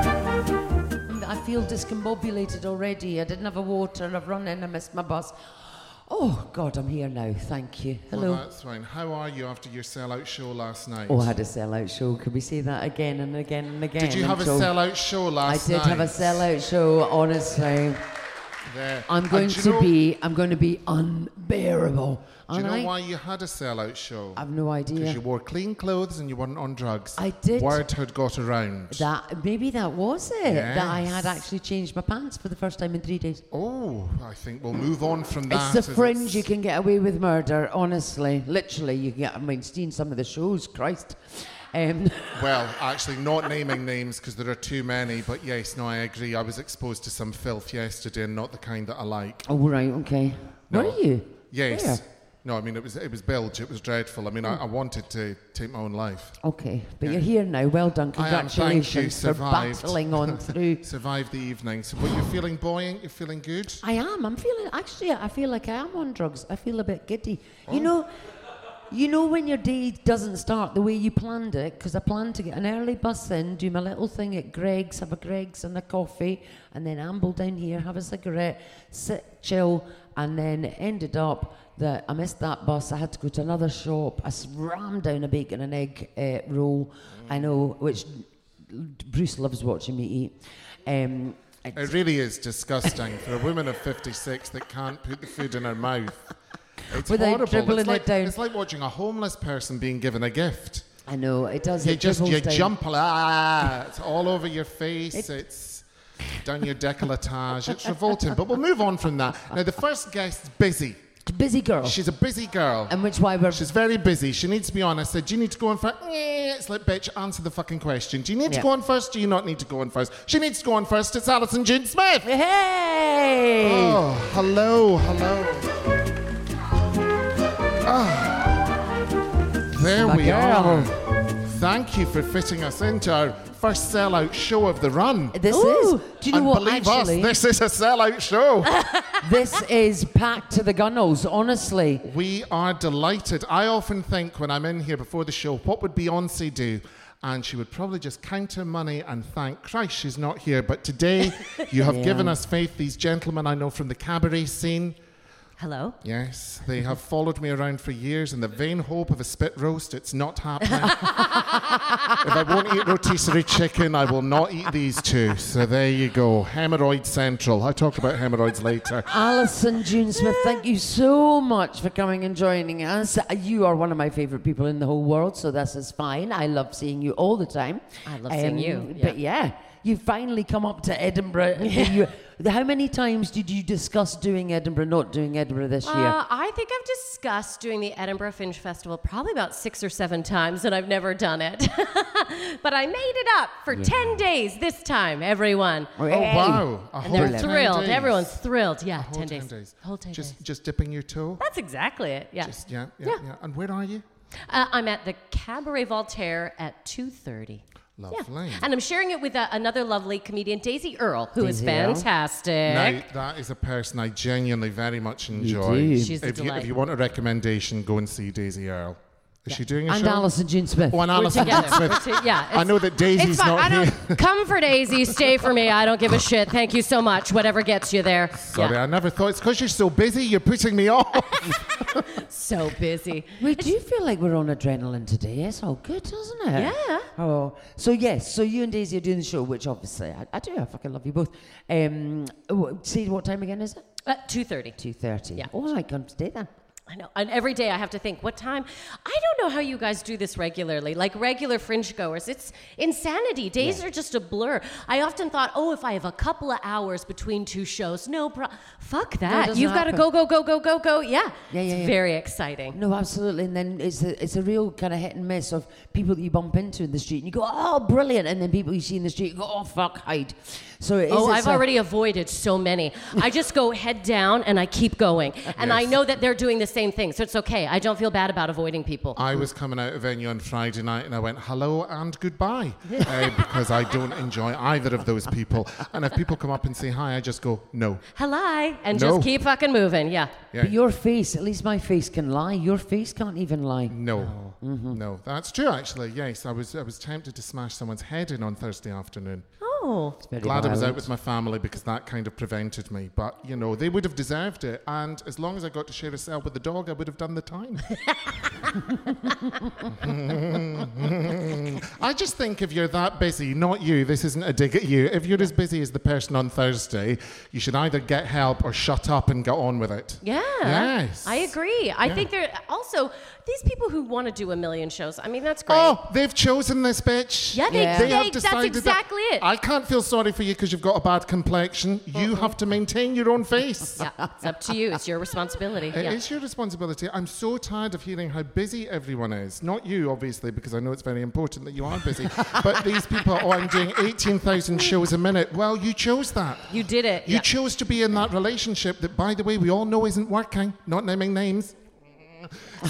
I feel discombobulated already. I didn't have a water. I've run in. I missed my bus. Oh God, I'm here now. Thank you. Hello. Well, that's fine. How are you after your sellout show last night? Oh, I had a sellout show. Could we say that again and again and again? Did you have a until- sellout show I last did night? have a sellout show. Honestly, There. I'm And going do you to know- be. I'm going to be unbearable. Do you And know I, why you had a sellout show? I've no Because idea. you wore clean clothes and you weren't on drugs. I did. Word had got around. That maybe that was it. That I Yes. had actually changed my pants for the first time in three days. oh, I think we'll move on from It's that. the as fringe it's- you can get away with murder, honestly. Literally, you can get. I mean, seeing some of the shows, Christ. Um, Well, actually, not naming names because there are too many. But yes, no, I agree. I was exposed to some filth yesterday, and not the kind that I like. oh, right, okay. Where No. are you? Yes. Where? No, I mean it was it was bilge. It was dreadful. I mean, I, I wanted to take my own life. Okay, but you're here now. Well done. I am. Thank you. Congratulations for Survived. battling on through. Survived the evening. So, but you're feeling buoyant. You're feeling good. I am. I'm feeling actually. I feel like I am on drugs. I feel a bit giddy. Oh. You know, you know when your day doesn't start the way you planned it. Because I planned to get an early bus in, do my little thing at Greg's, have a Greg's and a coffee, and then amble down here, have a cigarette, sit, chill, and then it ended up that I missed that bus. I had to go to another shop. I s- rammed down a bacon and egg uh, roll. I know which Bruce loves watching me eat. Um, it's- It really is disgusting for a woman of 56 that can't put the food in her mouth. It's Without horrible. dribbling it it's like, down. It's like watching a homeless person being given a gift. I know it does. You it just dribbles you down. jump a lot. It's all over your face. it's down your décolletage. It's revolting. But we'll move on from that. Now the first guest's busy. Busy girl. She's a busy girl. Oh. and which why we're She's very busy. She needs to be on. I said, Do you need to go on first? Eh, It's like, bitch, answer the fucking question. Do you need Yeah. to go on first? Do you not need to go on first? She needs to go on first. It's Alison June Smith. hey. Oh, hello, hello. Ah, there My we girl. are. Thank you for fitting us into our first sellout show of the run. This Ooh. is. Do you know and what? Believe Actually, us, this is a sellout show. this is packed to the gunnels. Honestly, we are delighted. I often think when I'm in here before the show, what would Beyonce do? And she would probably just count her money and thank Christ she's not here. But today, you have given us faith. These gentlemen I know from the cabaret scene. Hello. Yes, they have followed me around for years in the vain hope of a spit roast. It's not happening. if I won't eat rotisserie chicken, I will not eat these two. So there you go. Hemorrhoid Central. I'll talk about hemorrhoids later. Alison June Smith, thank you so much for coming and joining us. You are one of my favourite people in the whole world, so this is fine. I love seeing you all the time. Um, I love seeing you, But yeah, you finally come up to Edinburgh. You- how many times did you discuss doing Edinburgh, not doing Edinburgh this year? Uh, I think I've discussed doing the Edinburgh Fringe Festival probably about six or seven times, and I've never done it. but I made it up for 10 days this time, everyone. Oh, wow. A And whole they're 10 thrilled. days. Everyone's thrilled. Yeah, A whole 10 days. Whole 10 just, days. Just dipping your toe? That's exactly it. Yeah. Just, yeah, yeah, yeah, And where are you? Uh, I'm at the Cabaret Voltaire at 2.30. Lovely. And I'm sharing it with uh, another lovely comedian, Daisy Earl, who is Daisy Earl. fantastic. Now, that is a person I genuinely very much enjoy. do. She's a if, you, if delight. you want a recommendation, go and see Daisy Earle. Is she doing a and show? Alison June Smith. Oh, and We're Alison together. Smith. We're to- yeah, I it's- know that Daisy's it's fine. not I don't, here. Come for Daisy, stay for me. I don't give a shit. Thank you so much. Whatever gets you there. Sorry, I never thought. It's because you're so busy, you're putting me off. So busy. We do feel like we're on adrenaline today. It's all good, doesn't it? Yeah. Oh, so yes, so you and Daisy are doing the show, which obviously I, I do. I fucking love you both. Um, oh, see what time again is it? Uh, 2.30. Two thirty. Yeah. All right, come today then. I know. And every day I have to think, what time? I don't know how you guys do this regularly, like regular fringe goers. It's insanity. Days are just a blur. I often thought, oh, if I have a couple of hours between two shows, no pro Fuck that. doesn't You've got to happen. go, go, go, go, go, go. Yeah. Yeah, yeah, it's yeah. very exciting. No, absolutely. And then it's a, it's a real kind of hit and miss of people that you bump into in the street and you go, oh, brilliant. And then people you see in the street, you go, oh, fuck, hide. So it is. Oh, it's I've a- already avoided so many. I just go head down and I keep going. And I know that they're doing the same thing. So it's okay. I don't feel bad about avoiding people. I was coming out of venue on Friday night and I went, hello and goodbye, uh, because I don't enjoy either of those people. And if people come up and say hi, I just go, no. Hello. And No. just keep fucking moving. Yeah. Yeah. But your face, at least my face can lie. Your face can't even lie. No, Oh, Mm-hmm. no, that's true. Actually, yes, I was I was tempted to smash someone's head in on Thursday afternoon. Oh. Very Glad I was out violent. with my family because that kind of prevented me. But you know, they would have deserved it. And as long as I got to share a cell with the dog, I would have done the time. I just think if you're that busy, not you, this isn't a dig at you. If you're as busy as the person on Thursday, you should either get help or shut up and get on with it. Yeah. Yes. I agree. I Yeah. think they're also these people who want to do a million shows. I mean, that's great. Oh, they've chosen this bitch. Yeah, they- they- that's exactly that- it. Mm-hmm. I can't feel sorry for you because you've got a bad complexion. You have to maintain your own face. Yeah, it's up to you. It's your responsibility. It yeah. is your responsibility. I'm so tired of hearing how busy everyone is. Not you, obviously, because I know it's very important that you are busy. but these people, oh, I'm doing 18,000 shows a minute. Well, you chose that. You did it. You yeah. chose to be in that relationship that, by the way, we all know isn't working, not naming names.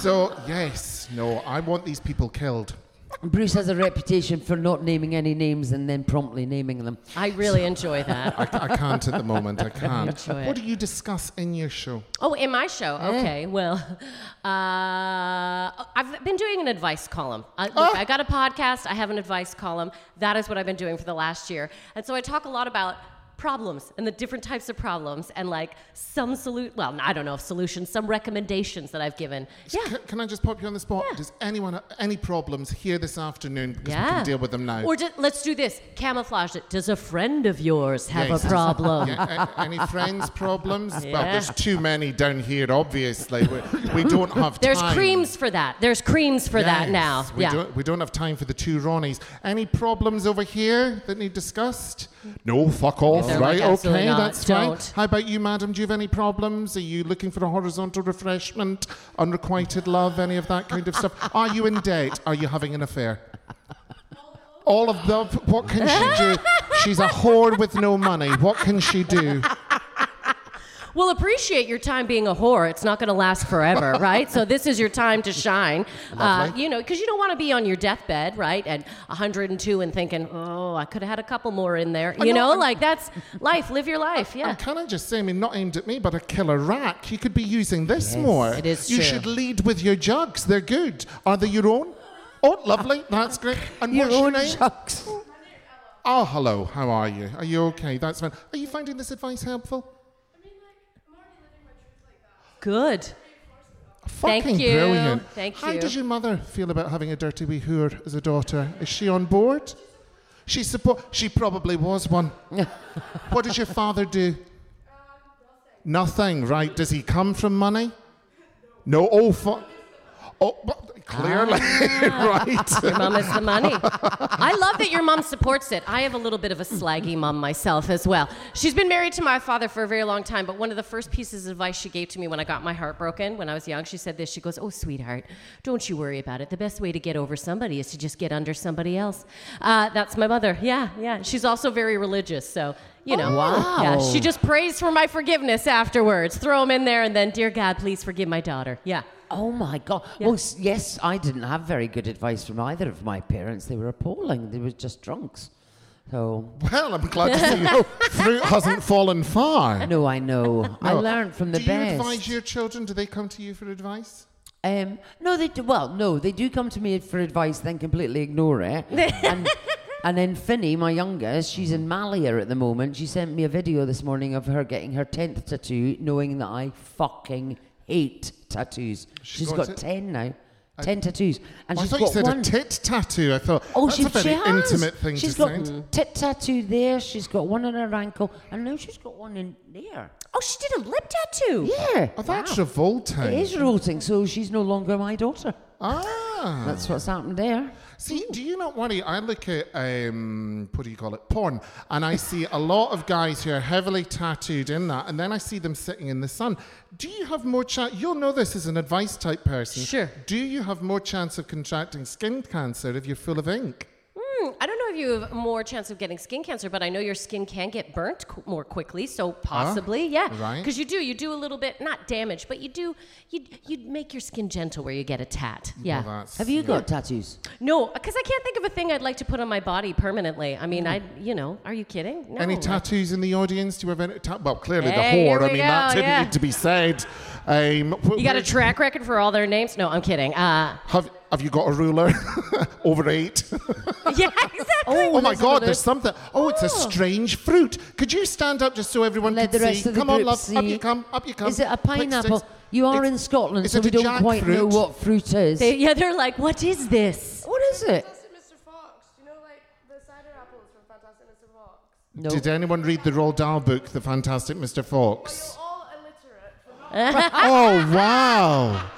So, yes, no, I want these people killed. Bruce has a reputation for not naming any names and then promptly naming them. I really enjoy that. I, I can't at the moment. I can't. Enjoy it. What do you discuss in your show? Oh, in my show. Okay, well, uh, I've been doing an advice column. I, look, Oh. I got a podcast, I have an advice column. That is what I've been doing for the last year. And so I talk a lot about problems and the different types of problems and like some solu well i don't know if solutions some recommendations that i've given C- yeah Can, I just pop you on the spot? Does anyone have any problems here this afternoon? Because we can deal with them now. Or do, let's do this. Camouflage it. Does a friend of yours have Yes. a problem? Yeah, a- any friends' problems? Well, there's too many down here, obviously. We, we don't have There's time. creams for that. There's creams for that Yes, now. We, yeah. don't, we don't have time for the two Ronnies. Any problems over here that need discussed? No, fuck off. They're right, like, absolutely okay, not. that's Don't. fine. How about you, madam? Do you have any problems? Are you looking for a horizontal refreshment, unrequited love, any of that kind of stuff? Are you in debt? Are you having an affair? All of the. What can she do? She's a whore with no money. What can she do? Well, appreciate your time being a whore. It's not going to last forever, right? So this is your time to shine. Uh, Lovely. you know, because you don't want to be on your deathbed, right? At 102 and thinking, oh, I could have had a couple more in there. You know, like that's life. Live your life. Yeah. And can I just say, I mean, not aimed at me, but a killer rack. You could be using this more. it is You true. should lead with your jugs. They're good. Are they your own? Oh, lovely. That's great. And Your what's your own name? chucks. Oh, hello. How are you? Are you okay? That's fine. Are you finding this advice helpful? Good. Thank Fucking you. brilliant. Thank How you. does your mother feel about having a dirty wee whore as a daughter? Is she on board? She suppo- She probably was one. what does your father do? nothing. right? Does he come from money? No. Oh, fu- oh but clearly, Ah. right? Mom is the money. I love that your mom supports it. I have a little bit of a slaggy mom myself as well. She's been married to my father for a very long time, but one of the first pieces of advice she gave to me when I got my heart broken when I was young, she said this. She goes, Oh, sweetheart, don't you worry about it. The best way to get over somebody is to just get under somebody else. Uh, that's my mother. Yeah, yeah. She's also very religious, so. You know, wow. yeah, she just prays for my forgiveness afterwards. Throw them in there, and then, dear God, please forgive my daughter. Yeah, Oh my God. Well, s- yes, I didn't have very good advice from either of my parents. They were appalling. They were just drunks. So, well, I'm glad to see you. Fruit hasn't fallen far. no, I know. I No. learned from the do best. you advise your children? Do they come to you for advice? Um, no, they do. Well, no, they do come to me for advice, then completely ignore it. and, and then Finny, my youngest, she's in Malia at the moment. She sent me a video this morning of her getting her 10th tattoo, knowing that I fucking hate tattoos. she's got got it? 10 now. ten tattoos, and Oh, I she's thought got you said one. a tit tattoo. I thought Oh, that's she, a very she has. intimate thing She's to got say. tit tattoo there. She's got one on her ankle, and now she's got one in there. Oh, she did a lip tattoo. Yeah, Oh, that's revolting. it is revolting. So she's no longer my daughter. Ah. That's what's happened there. See, do you not worry? I look at um, what do you call it, porn, and I see a lot of guys who are heavily tattooed in that, and then I see them sitting in the sun. Do you have more chance? You'll know this as an advice type person. Sure. Do you have more chance of contracting skin cancer if you're full of ink? Hmm, I don't know if you have more chance of getting skin cancer, but I know your skin can get burnt qu- more quickly. So possibly, yeah, Ah, right. Because you do, you do a little bit, not damage, but you do, you you make your skin gentle where you get a tat. Yeah. that's- Have you got tattoos? no, because I can't think of a thing I'd like to put on my body permanently. I mean, I, you know, are you kidding? No. Hmm. Any tattoos in the audience? Do you have any? Ta- well, clearly Hey, the here whore. I we mean, go, that didn't yeah. need to be said. Um, wh- You got a where- track record for all their names? No, I'm kidding. Uh, Have Have you got a ruler? Over eight. Oh, yeah, exactly. Oh, my let's have a God! look. There's something. Oh, it's a strange fruit. Could you stand up just so everyone Let can the rest see? of the come on, group love. Up see. you come. Up you come. Is it a Quick pineapple? sticks. You are It's- in Scotland, is so it we a don't quite know jackfruit? what fruit is. They- yeah, they're like, what is this? what is it? Fantastic Mr. Fox. You know, like the cider apples from Fantastic Mr. Fox. No. Did anyone read the Roald Dahl book, The Fantastic Mr. Fox? All illiterate. oh wow!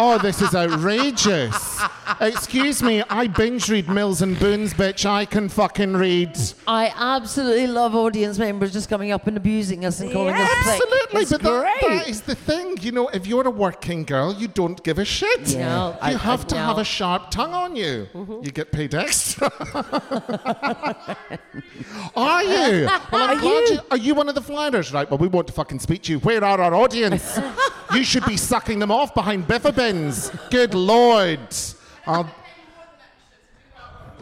Oh, this is outrageous. Excuse me, I binge read Mills and Boons, bitch. I can fucking read. I absolutely love audience members just coming up and abusing us and calling us thick. Absolutely, It's but that, great. that is the thing. You know, if you're a working girl, you don't give a shit. No, you I- have I- to no. have a sharp tongue on you. Mm-hmm. You get paid extra. are you? Well, I'm Are glad you? Are you one of the flyers? Right. Well, we want to fucking speak to you. Where are our audience? you should be sucking them off behind biffa bins. Good lord. I'll-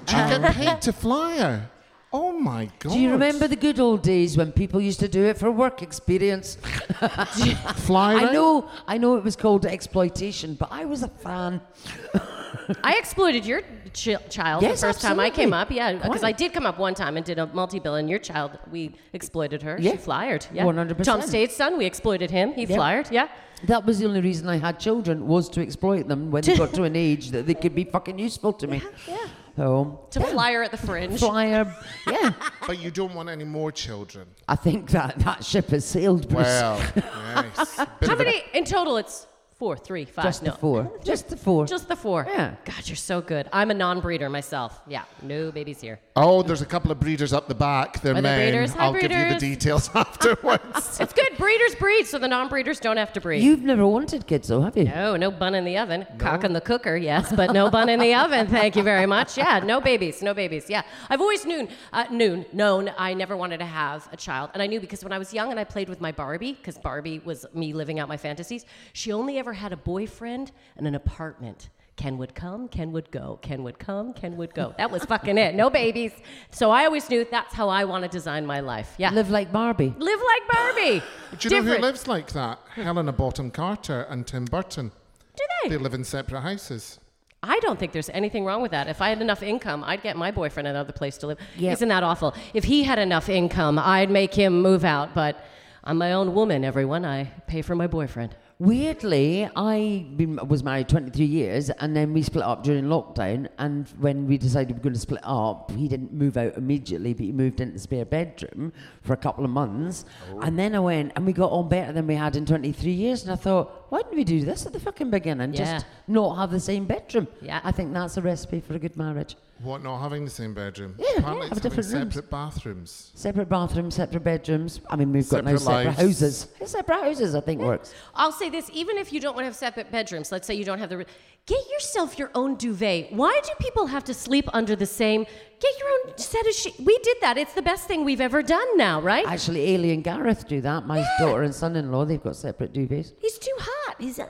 do you get paid to flyer? Oh my god. Do you remember the good old days when people used to do it for work experience? flyer? I know, I know it was called exploitation, but I was a fan. I exploited your chi- child Yes, the first time I absolutely. came up. Yeah, because I Quite. did come up one time and did a multi-bill, and your child, we exploited her. Yeah. She flyered. Yeah, 100%. Tom State's son, we exploited him. He Yeah. flyered. Yeah. That was the only reason I had children was to exploit them when they got to an age that they could be fucking useful to me. Yeah. So To flyer at the fringe. flyer, yeah. But you don't want any more children. I think that that ship has sailed. Bruce. Well, yes. Bit How of a- many in total? It's four, three, five. just no. the four. Just the four. Just the four. Yeah. God, you're so good. I'm a non-breeder myself. Yeah. No babies here. Oh, there's a couple of breeders up the back. They're they men. breeders? Hi, I'll give you the breeders. details afterwards. It's good. Breeders breed, so the non-breeders don't have to breed. You've never wanted kids, though, have you? Oh, No, no bun in the oven. Cock in the cooker, yes, but no bun in the oven. Thank you very much. Yeah, no babies, no babies. Yeah, I've always known, uh, known, known. I never wanted to have a child, and I knew because when I was young and I played with my Barbie, because Barbie was me living out my fantasies. She only ever had a boyfriend and an apartment. Ken would come, Ken would go, Ken would come, Ken would go. That was fucking it. No babies. So I always knew that's how I want to design my life. Yeah, live, Live like Barbie. like Barbie. But you know Different. who lives like that? Helena Bottom Carter and Tim Burton. Do They live in separate houses. I don't think there's anything wrong with that. If I had enough income, I'd get my boyfriend another place to live. Yep. Isn't that awful? If he had enough income, I'd make him move out. But I'm my own woman, everyone. I pay for my boyfriend. Weirdly, I been, was married 23 years and then we split up during lockdown. And when we decided we were going to split up, he didn't move out immediately, but he moved into the spare bedroom for a couple of months. And then I went and we got on better than we had in 23 years. And I thought, why didn't we do this at the fucking beginning? Yeah. Just not have the same bedroom. Yeah. I think that's a recipe for a good marriage. What, not having the same bedroom? Yeah, yeah, Apparently have it's having different rooms. separate bathrooms. Separate bathrooms, separate bedrooms. I mean, we've got now Separate separate lives. houses. Separate houses, I think, works. I'll say this even if you don't want to have separate bedrooms, let's say you don't have the. Get yourself your own duvet. Why do people have to sleep under the same? Get your own set of sheets. We did that. It's the best thing we've ever done now, right? Actually, Ailey and Gareth do that. My daughter and son-in-law, they've got separate duvets. He's too hot. He's uh,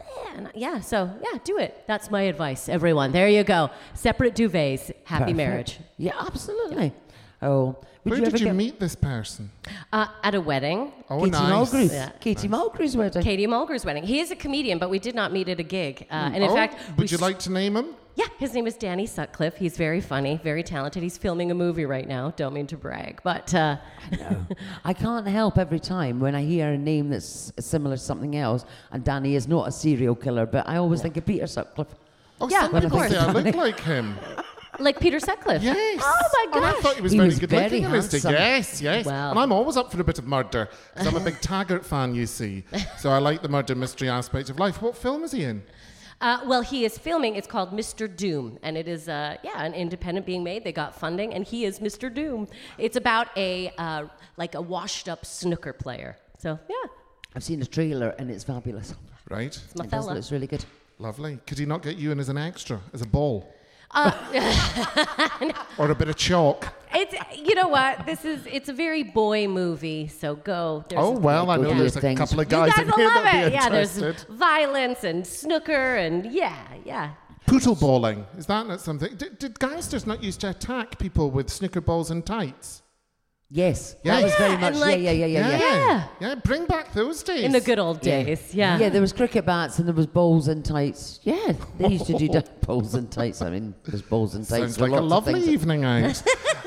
yeah. So yeah, do it. That's my advice, everyone. There you go. Separate duvets. Happy Perfect. marriage. Yeah, absolutely. Oh, would Where you ever did you get meet this person? Uh, at a wedding, Oh, Katie nice. Mulgrew's, Yeah. Katie Mulgrew's wedding. Katie Mulgrew's wedding. He is a comedian, but we did not meet at a gig. Uh, and in oh, fact, we would you s- like to name him? Yeah, his name is Danny Sutcliffe. He's very funny, very talented. He's filming a movie right now. Don't mean to brag, but uh, I can't help every time when I hear a name that's similar to something else, and Danny is not a serial killer, but I always think of Peter Sutcliffe. Oh, Yeah, somebody of must say I course. look like him. Like Peter Sutcliffe. Yes. Oh my And I gosh. thought he was He very was good very looking in his day. handsome. Yes, yes. Wow. And I'm always up for a bit of murder because I'm a big Taggart fan, you see. So I like the murder mystery aspect of life. What film is he in? Uh, well, he is filming. It's called Mr. Doom, and it is uh, yeah an independent being made. They got funding, and he is Mr. Doom. It's about a uh, like a washed up snooker player. So yeah, I've seen a trailer and it's fabulous. Right. my It does, fella. looks really good. Lovely. Could he not get you in as an extra, as a ball? or a bit of chalk? It's you know what this is. It's a very boy movie. So go. There's Oh, well, I go know do there's your a things. couple of You guys, guys in will here love that'd it. be Yeah, there's interested. violence and snooker and yeah, yeah. Poodle balling. Is that not something? Did, did gangsters not used to attack people with snooker balls and tights? Yes, Yeah. that was very Yeah, much. and like- yeah, yeah, yeah, yeah, yeah. Yeah. Yeah, bring back those days. In the good old days. Yeah. Yeah, there was cricket bats and there was balls and tights. Yeah, they used to do Oh. that. balls and tights. I mean, there's balls and tights. Sounds there like are a lots of lovely things that- evening out.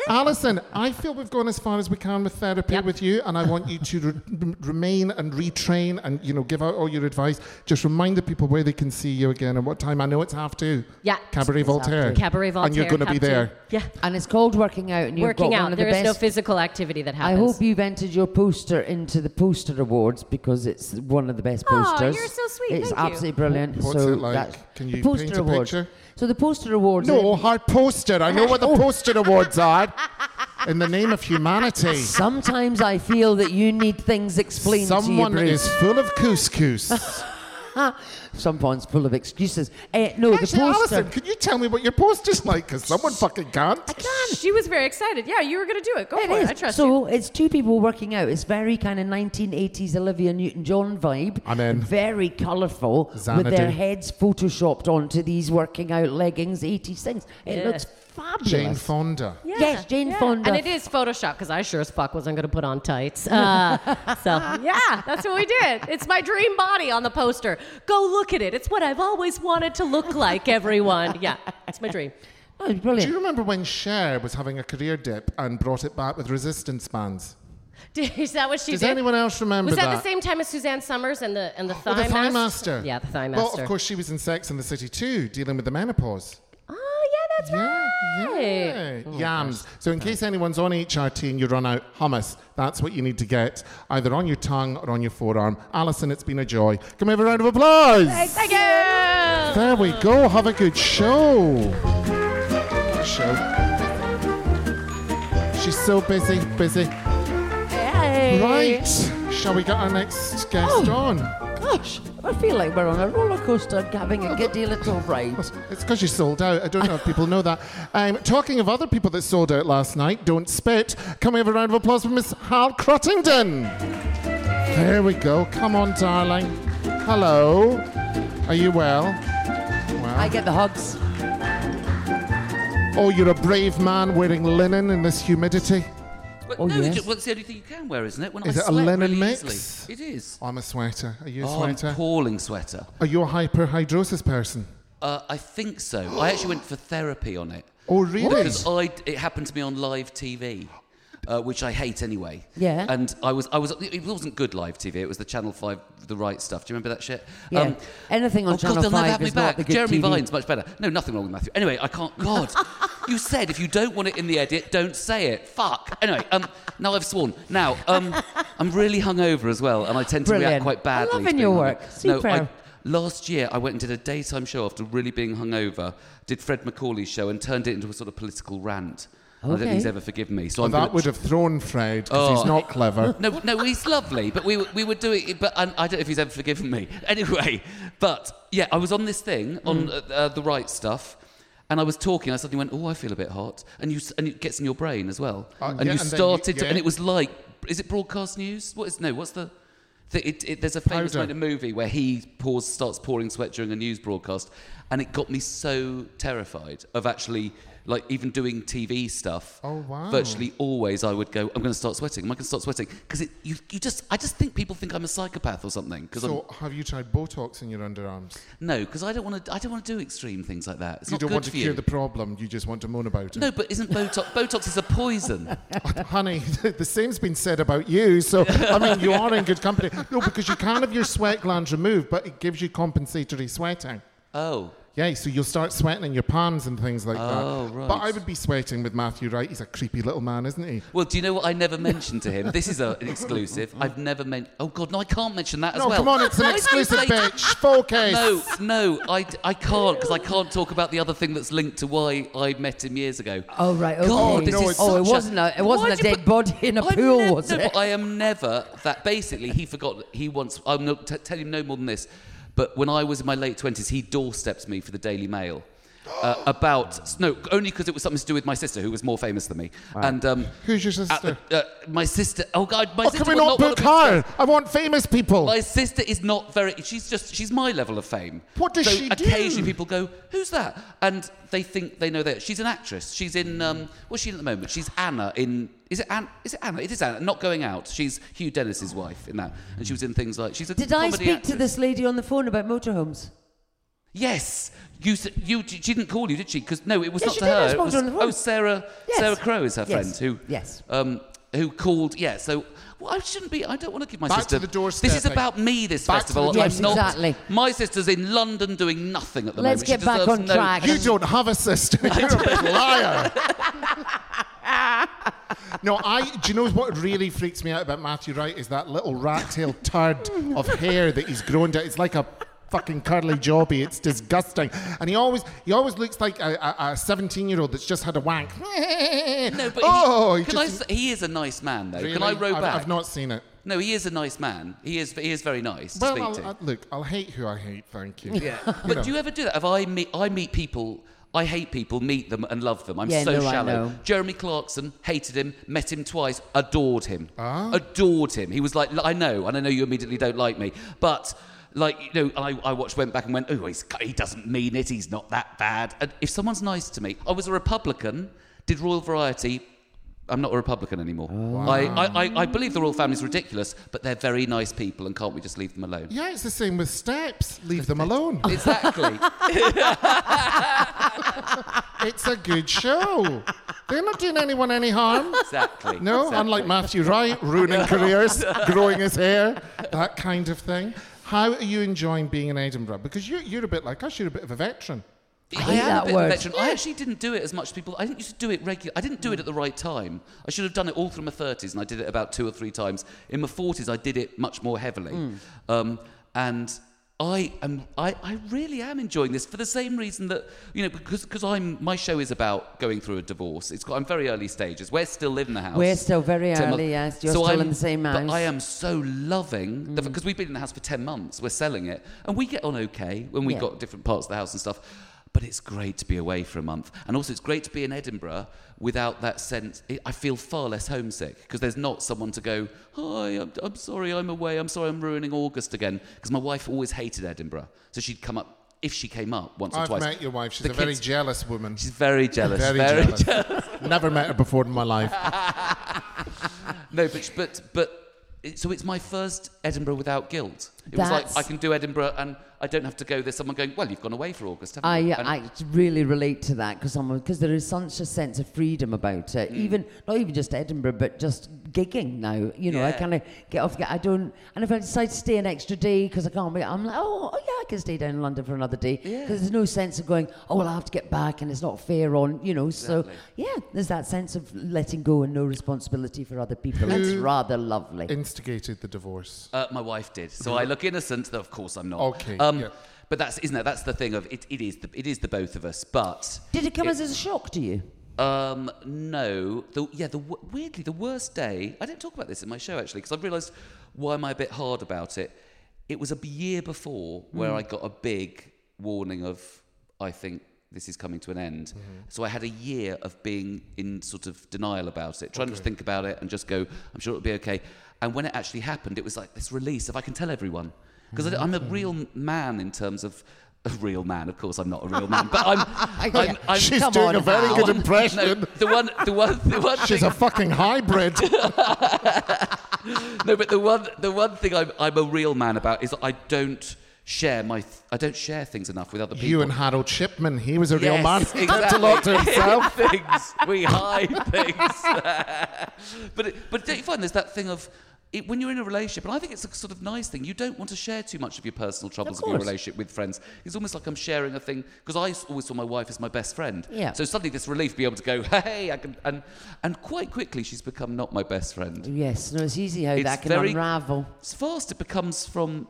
Alison, I feel we've gone as far as we can with therapy with you, and I want you to re- m- remain and retrain and you know give out all your advice. Just remind the people where they can see you again and what time. I know it's half two. Yeah. Cabaret It's Voltaire. half two. Cabaret Voltaire. And you're going to be Captain. there. Yeah. And it's called working out, and you've Working got out. one of There the is best. no physical activity that I happens. hope you've entered your poster into the poster awards because it's one of the best Aw, posters. you're so sweet. It's Thank you. absolutely brilliant. What's so it like? that's- Can the you poster paint a awards. picture? So the poster awards. No, hard poster. I know what the Oh. poster awards are. In the name of humanity. Sometimes I feel that you need things explained Someone to you, Bruce. is full of couscous. Someone's full of excuses. Eh, no, the Actually, poster. Alison, can you tell me what your poster's like? Because someone fucking can't. She was very excited. Yeah, you were going to do it. Go It for is. it. I trust you. so it's two people working out. It's very kind of 1980s Olivia Newton-John vibe. I'm in. Very colourful with Xanadu. their heads photoshopped onto these working out leggings, 80s things. It Yeah. looks fabulous. Jane Fonda. Yeah, Yes, Jane yeah. Fonda. And it is Photoshop because I sure as fuck wasn't going to put on tights. Uh, so, yeah, that's what we did. It's my dream body on the poster. Go look at it. It's what I've always wanted to look like, everyone. Yeah, it's my dream. Oh, it's Do you brilliant. remember when Cher was having a career dip and brought it back with resistance bands? Is that what she Does did? anyone else remember Was that, that? the same time as Suzanne Summers and the and the Oh, thigh, the Thigh mast? Master. Yeah, the thigh Well, master. of course, she was in Sex and the City too, dealing with the menopause. Oh yeah, that's right. Oh, yeah. Yams. So, in case anyone's on HRT and you run out, hummus. That's what you need to get, either on your tongue or on your forearm. Alison, it's been a joy. Can we have a round of applause? Thank you. There we go. Have a good show. Good show. She's so busy, busy. Right. Shall we get our next guest Oh. on? Gosh, I feel like we're on a roller coaster having a giddy little ride. It's because you sold out. I don't know if people know that. Um, talking of other people that sold out last night, don't spit. Can we have a round of applause for Miss Hal Crottington? There we go. Come on, darling. Hello. Are you well? Well. I get the hugs. Oh, you're a brave man wearing linen in this humidity. Well, Oh, no, yes. ju- well, it's the only thing you can wear, isn't it? When Is I it a sweat linen really mix? Oh, easily. It is. I'm a sweater. Are you a Oh, an sweater? appalling sweater. Are you a hyperhidrosis person? Uh, I think so. I actually went for therapy on it. Oh, really? Because I, it happened to me on live TV, uh, which I hate anyway. Yeah. And I was, I was, it wasn't good live TV. It was the Channel Five, the right stuff. Do you remember that shit? Yeah. Anything on oh, Channel God, they'll 5 never have me is not back. the good Jeremy TV. Vine's much better. No, nothing wrong with Matthew. Anyway, I can't. God, you said if you don't want it in the edit, don't say it. Fuck. Anyway, um, now I've sworn. Now, um, I'm really hungover as well, and I tend to Brilliant. react quite I badly. love to in being your hungover. work. No, Super. I, Last year, I went and did a daytime show after really being hungover. Did Fred Macaulay's show and turned it into a sort of political rant. I don't Okay. think he's ever forgiven me. So Well, I'm that gonna- would have thrown Fred because he's Oh. not clever. No, no, he's lovely, but we were- we were doing. But I, I don't know if he's ever forgiven me. Anyway, but yeah, I was on this thing on Mm. uh, uh, the right stuff. And I was talking, I suddenly went, "Oh, I feel a bit hot," and you s- and it gets in your brain as well. Uh, and yeah, you and then you- started, to, yeah. and it was like, is it broadcast news? What is no? What's the? the it, it, there's a famous Powder. moment in a movie where he pours, starts pouring sweat during a news broadcast, and it got me so terrified of actually like even doing TV stuff. Oh, wow. Virtually always I would go, I'm going to start sweating. Am I going to start sweating? Because you, you just, I just think people think I'm a psychopath or something. Because So, have you tried Botox in your underarms? no, because I don't want to, I don't want to do extreme things like that. It's you not don't good want to for cure you. the problem. You just want to moan about it. no, but isn't Botox? Botox is a poison. honey, the same's been said about you. So, I mean, you are in good company. No, because you can have your sweat glands removed, but it gives you compensatory sweating. Oh, Yeah, so you'll start sweating in your palms and things like Oh, that. right. But I would be sweating with Matthew Wright. He's a creepy little man, isn't he? Well, do you know what I never mentioned to him? This is a, an exclusive. I've never mentioned. Oh God, no, I can't mention that as No, well. come on, it's an No, exclusive, they- bitch. Full case. No, no, I, d- I can't because I can't talk about the other thing that's linked to why I met him years ago. Oh right, okay. God, this no, is it's- oh, it such wasn't a it wasn't Why a do you dead put- body in a I pool, never- was it? I am never that. Basically, he forgot. He once. I'm not t- tell him no more than this. But when I was in my late twenties, he doorsteps me for the Daily Mail. Uh, about no, only because it was something to do with my sister, who was more famous than me. And um, Who's your at sister? the- uh, my sister. Oh God, my Oh, sister. can we would not wanna book be discussed. her? I want famous people. My sister is not very. She's just. She's my level of fame. What does so she do? Occasionally, people go, "Who's that?" And they think they know that she's an actress. She's in. Um, what's she in at the moment? She's Anna in. Is it Anna? Is it Anna? It is Anna. Not going out. She's Hugh Dennis's wife in that, and she was in things like. She's a. Did I comedy speak to actress. this lady on the phone about motorhomes? Yes. You, s- you, she didn't call you, did she? Because no, it was Yes, not she to did. I her. It spoke to was- her on the phone. oh, Sarah, Yes. Sarah Crowe is her Yes. friend who, Yes. um, who called. Yeah. So well, I shouldn't be. I don't want to give my Back to sister. the doorstep, This is like- about me. This Back to festival. the I'm doorstep. not. Exactly. My sister's in London doing nothing at the Let's moment. get she back deserves on no- track. You don't have a sister. You're a big liar. No, I. Do you know what really freaks me out about Matthew Wright is that little rat-tailed turd of hair that he's grown out. It's like a fucking curly jobby. It's disgusting. And he always he always looks like a- a seventeen-year-old that's just had a wank. No, but oh, he, he can I just- s- he is a nice man, though. Can really? I row I've- back? I've not seen it. No, he is a nice man. He is. He is very nice to Well, speak I'll, to. I, look, I'll hate who I hate. Thank you. Yeah. But do you ever do that? If I meet, I meet people. I hate people, meet them and love them. I'm Yeah, so no, I shallow. know. Jeremy Clarkson hated him, met him twice, adored him. Ah. Adored him. He was like, I know, and I know you immediately don't like me, but like, you know, and I, I watched, went back and went, oh, he's, he doesn't mean it, he's not that bad. And if someone's nice to me, I was a Republican, did Royal Variety. I'm not a Republican anymore. Ah. I, I, I, I believe the royal family's ridiculous, but they're very nice people, and can't we just leave them alone? yeah, it's the same with steps. Leave them Oh, alone. Exactly. It's a good show. They're not doing anyone any harm. Exactly. No, exactly. unlike Matthew Wright, ruining careers, growing his hair, that kind of thing. How are you enjoying being in Edinburgh? Because you're, you're a bit like us, you're a bit of a veteran. I, hate am that a bit of a word. veteran. I actually didn't do it as much as people. I didn't used to do it regularly. I didn't do it at the right time. I should have done it all through my thirties, and I did it about two or three times. In my forties, I did it much more heavily, Hmm. um, and. I am. I, I really am enjoying this for the same reason that you know because because I'm my show is about going through a divorce. It's got, I'm very early stages. We're still living the house. We're still very uh, Ten early, months. yes. You're still in the same but house. Mm. I am so loving because we've been in the house for ten months. We're selling it, and we get on okay when we Yeah. got different parts of the house and stuff. But it's great to be away for a month, and also it's great to be in Edinburgh without that sense. It, I feel far less homesick because there's not someone to go, "Hi, I'm, I'm sorry, I'm away. I'm sorry, I'm ruining August again." Because my wife always hated Edinburgh, so she'd come up if she came up once or I've twice. met your wife. She's The a very kids- jealous woman. She's very jealous. very, very jealous. Never met her before in my life. No, but but but it, so it's my first Edinburgh without guilt. It was That's- like I can do Edinburgh and I don't have to go. There's someone going, well, you've gone away for August, haven't I you? And I really relate to that because because there is such a sense of freedom about Mm. it. Even not even just Edinburgh, but just gigging now. You know, I Yeah. kind of get off. I don't, and if I decide to stay an extra day because I can't be, I'm like, oh, oh, yeah, I can stay down in London for another day because there's no sense of going. Oh well, I have to get back, and it's not fair on you know. So yeah, there's that sense of letting go and no responsibility for other people. It's Mm. Who- rather lovely. Instigated the divorce. uh, my wife did, so I look innocent. Though of course I'm not. Okay, Um, yeah. But that's isn't it? That's the thing of it. It is the it is the both of us. But Did it come as a shock to you? Um, no. The, yeah, the, wo- weirdly, the worst day, I don't talk about this in my show actually, because I've realised why am I a bit hard about it. It was a b- year before where I got a big warning of, I think this is coming to an end. So I had a year of being in sort of denial about it, trying not to think about it and just go, I'm sure it'll be okay. And when it actually happened, it was like this release of I can tell everyone. Because I'm a real man in terms of a real man. Of course, I'm not a real man, but I'm. I'm, I'm She's doing a very good impression. no, the one, the one, the one She's thing, a fucking hybrid. no, but the one, the one thing I'm, I'm a real man about is that I don't share my, th- I don't share things enough with other people. you and Harold Shipman. He was a real Yes, man. He kept a lot to exactly. himself. things we hide things, but it, but don't you find there's that thing of it, when you're in a relationship, and I think it's a sort of nice thing, you don't want to share too much of your personal troubles of, your course. relationship with friends. It's almost like I'm sharing a thing because I s- always saw my wife as my best friend. Yeah. So suddenly this relief, be able to go, hey, I can, and and quite quickly she's become not my best friend. Yes, no, it's easy how It's that can very- unravel. It's fast it becomes from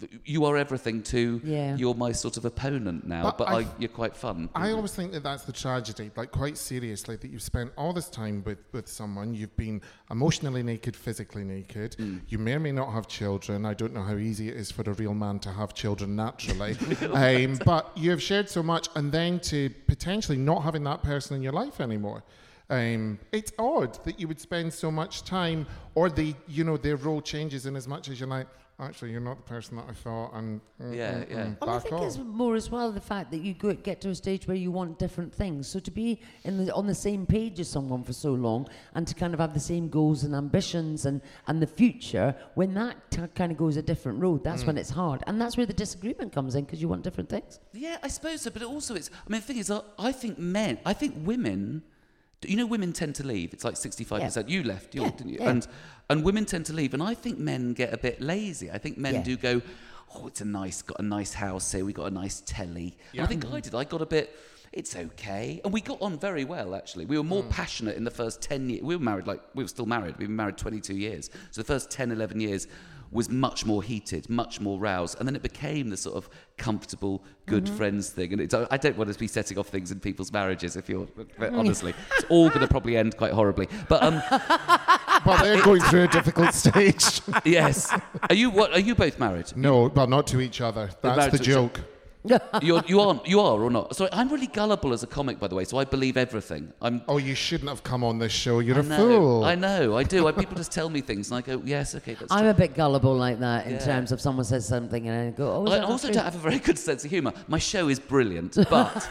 th- you are everything to Yeah. you're my sort of opponent now, But but, I- I, you're quite fun. I always think that that's the tragedy, like quite seriously, that you've spent all this time with, with someone, you've been emotionally naked, physically naked, Mm. you may or may not have children. I don't know how easy it is for a real man to have children naturally. um, but you have shared so much, and then to potentially not having that person in your life anymore. Um, it's odd that you would spend so much time, or they, you know, their role changes in as much as you're like, actually, you're not the person that I thought, and mm, Yeah, mm, yeah. mm, Well, I back think off. it's more as well the fact that you go, get to a stage where you want different things. So to be in the, on the same page as someone for so long and to kind of have the same goals and ambitions and, and the future, when that t- kind of goes a different road, that's Mm. when it's hard. And that's where the disagreement comes in because you want different things. Yeah, I suppose so. But also, it's. I mean, the thing is, I I think men. I think women. You know, women tend to leave. It's like sixty-five percent. You left, you Yeah, didn't you? yeah. And and women tend to leave. And I think men get a bit lazy. I think men Yeah. do go. Oh, it's a nice. Got a nice house here. We got a nice telly. And I think I did. I got a bit. It's okay, and we got on very well. Actually, we were more passionate in the first ten years. We were married, like we were still married. We've been married twenty-two years, so the first 10, 11 years was much more heated, much more roused, and then it became the sort of comfortable, good friends thing. And it's, I don't want to be setting off things in people's marriages. If you're but honestly, it's all going to probably end quite horribly. But um, But they're going through a difficult stage. yes, are you what? Are you both married? No, well, not to each other. That's married the to each other. joke. You're, you aren't. You are or not? Sorry, I'm really gullible as a comic, by the way. So I believe everything. I'm. Oh, you shouldn't have come on this show. You're I a know, fool. I know. I do. I, people just tell me things, and I go, "Yes, okay, that's I'm true." a bit gullible like that in Yeah. terms of someone says something and I go, oh, is I that not also true? don't have a very good sense of humour. My show is brilliant, but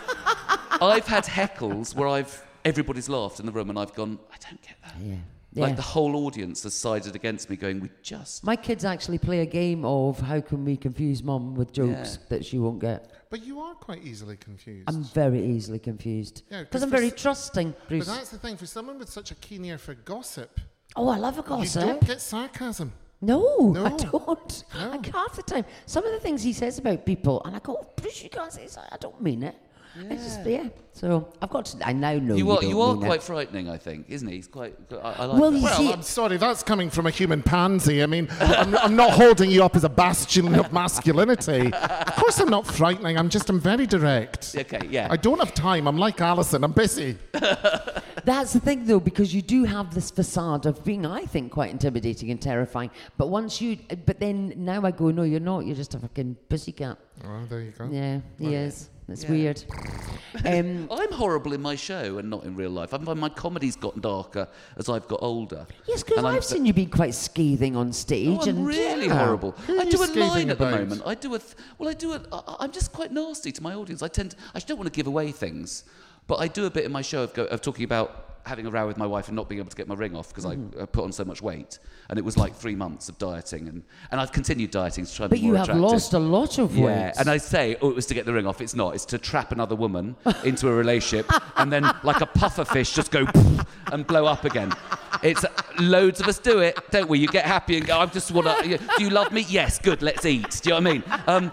I've had heckles where I've everybody's laughed in the room and I've gone, I don't get that. Yeah. Like Yeah. the whole audience has sided against me, going, we just. My kids actually play a game of how can we confuse mum with jokes that she won't get. But you are quite easily confused. I'm very easily confused Yeah, because 'cause I'm for very s- trusting, but Bruce. that's the thing. For someone with such a keen ear for gossip, Oh, I love a gossip. you don't get sarcasm. No, I No. don't. No. Like half the time, some of the things he says about people, and I go, oh, Bruce, you can't say that. I don't mean it. It's just, yeah. So I've got to, I now know you are, don't you are mean it. quite frightening, I think, isn't he? He's quite. I, I like Well, that. you Well, see, I'm sorry, that's coming from a human pansy. I mean, I'm, I'm not holding you up as a bastion of masculinity. Of course, I'm not frightening. I'm just, I'm very direct. Okay, yeah. I don't have time. I'm like Alison. I'm busy. That's the thing, though, because you do have this facade of being, I think, quite intimidating and terrifying. But once you, but then now I go, no, you're not. You're just a fucking pussycat. Oh, there you go. Yeah, he is. It's weird. Um, I'm horrible in my show and not in real life. I'm, my comedy's got darker as I've got older. yes, because And I'm I've so- seen you be quite scathing on stage. Oh, I'm and really yeah. horrible. Who are I you do a scathing line at the about? moment. I do a th- well. I do a. I, I'm just quite nasty to my audience. I tend. I don't want to give away things, but I do a bit in my show of, go, of talking about having a row with my wife and not being able to get my ring off because Mm-hmm. I uh, put on so much weight, and it was like three months of dieting, and, and I've continued dieting to try and But be you more have attractive. lost a lot of weight. Yeah, and I say, oh, it was to get the ring off. It's not. It's to trap another woman into a relationship and then, like a puffer fish, just go and blow up again. It's loads of us do it, don't we? You get happy and go, I just want to. Do you love me? Yes, good, let's eat. Do you know what I mean? Um,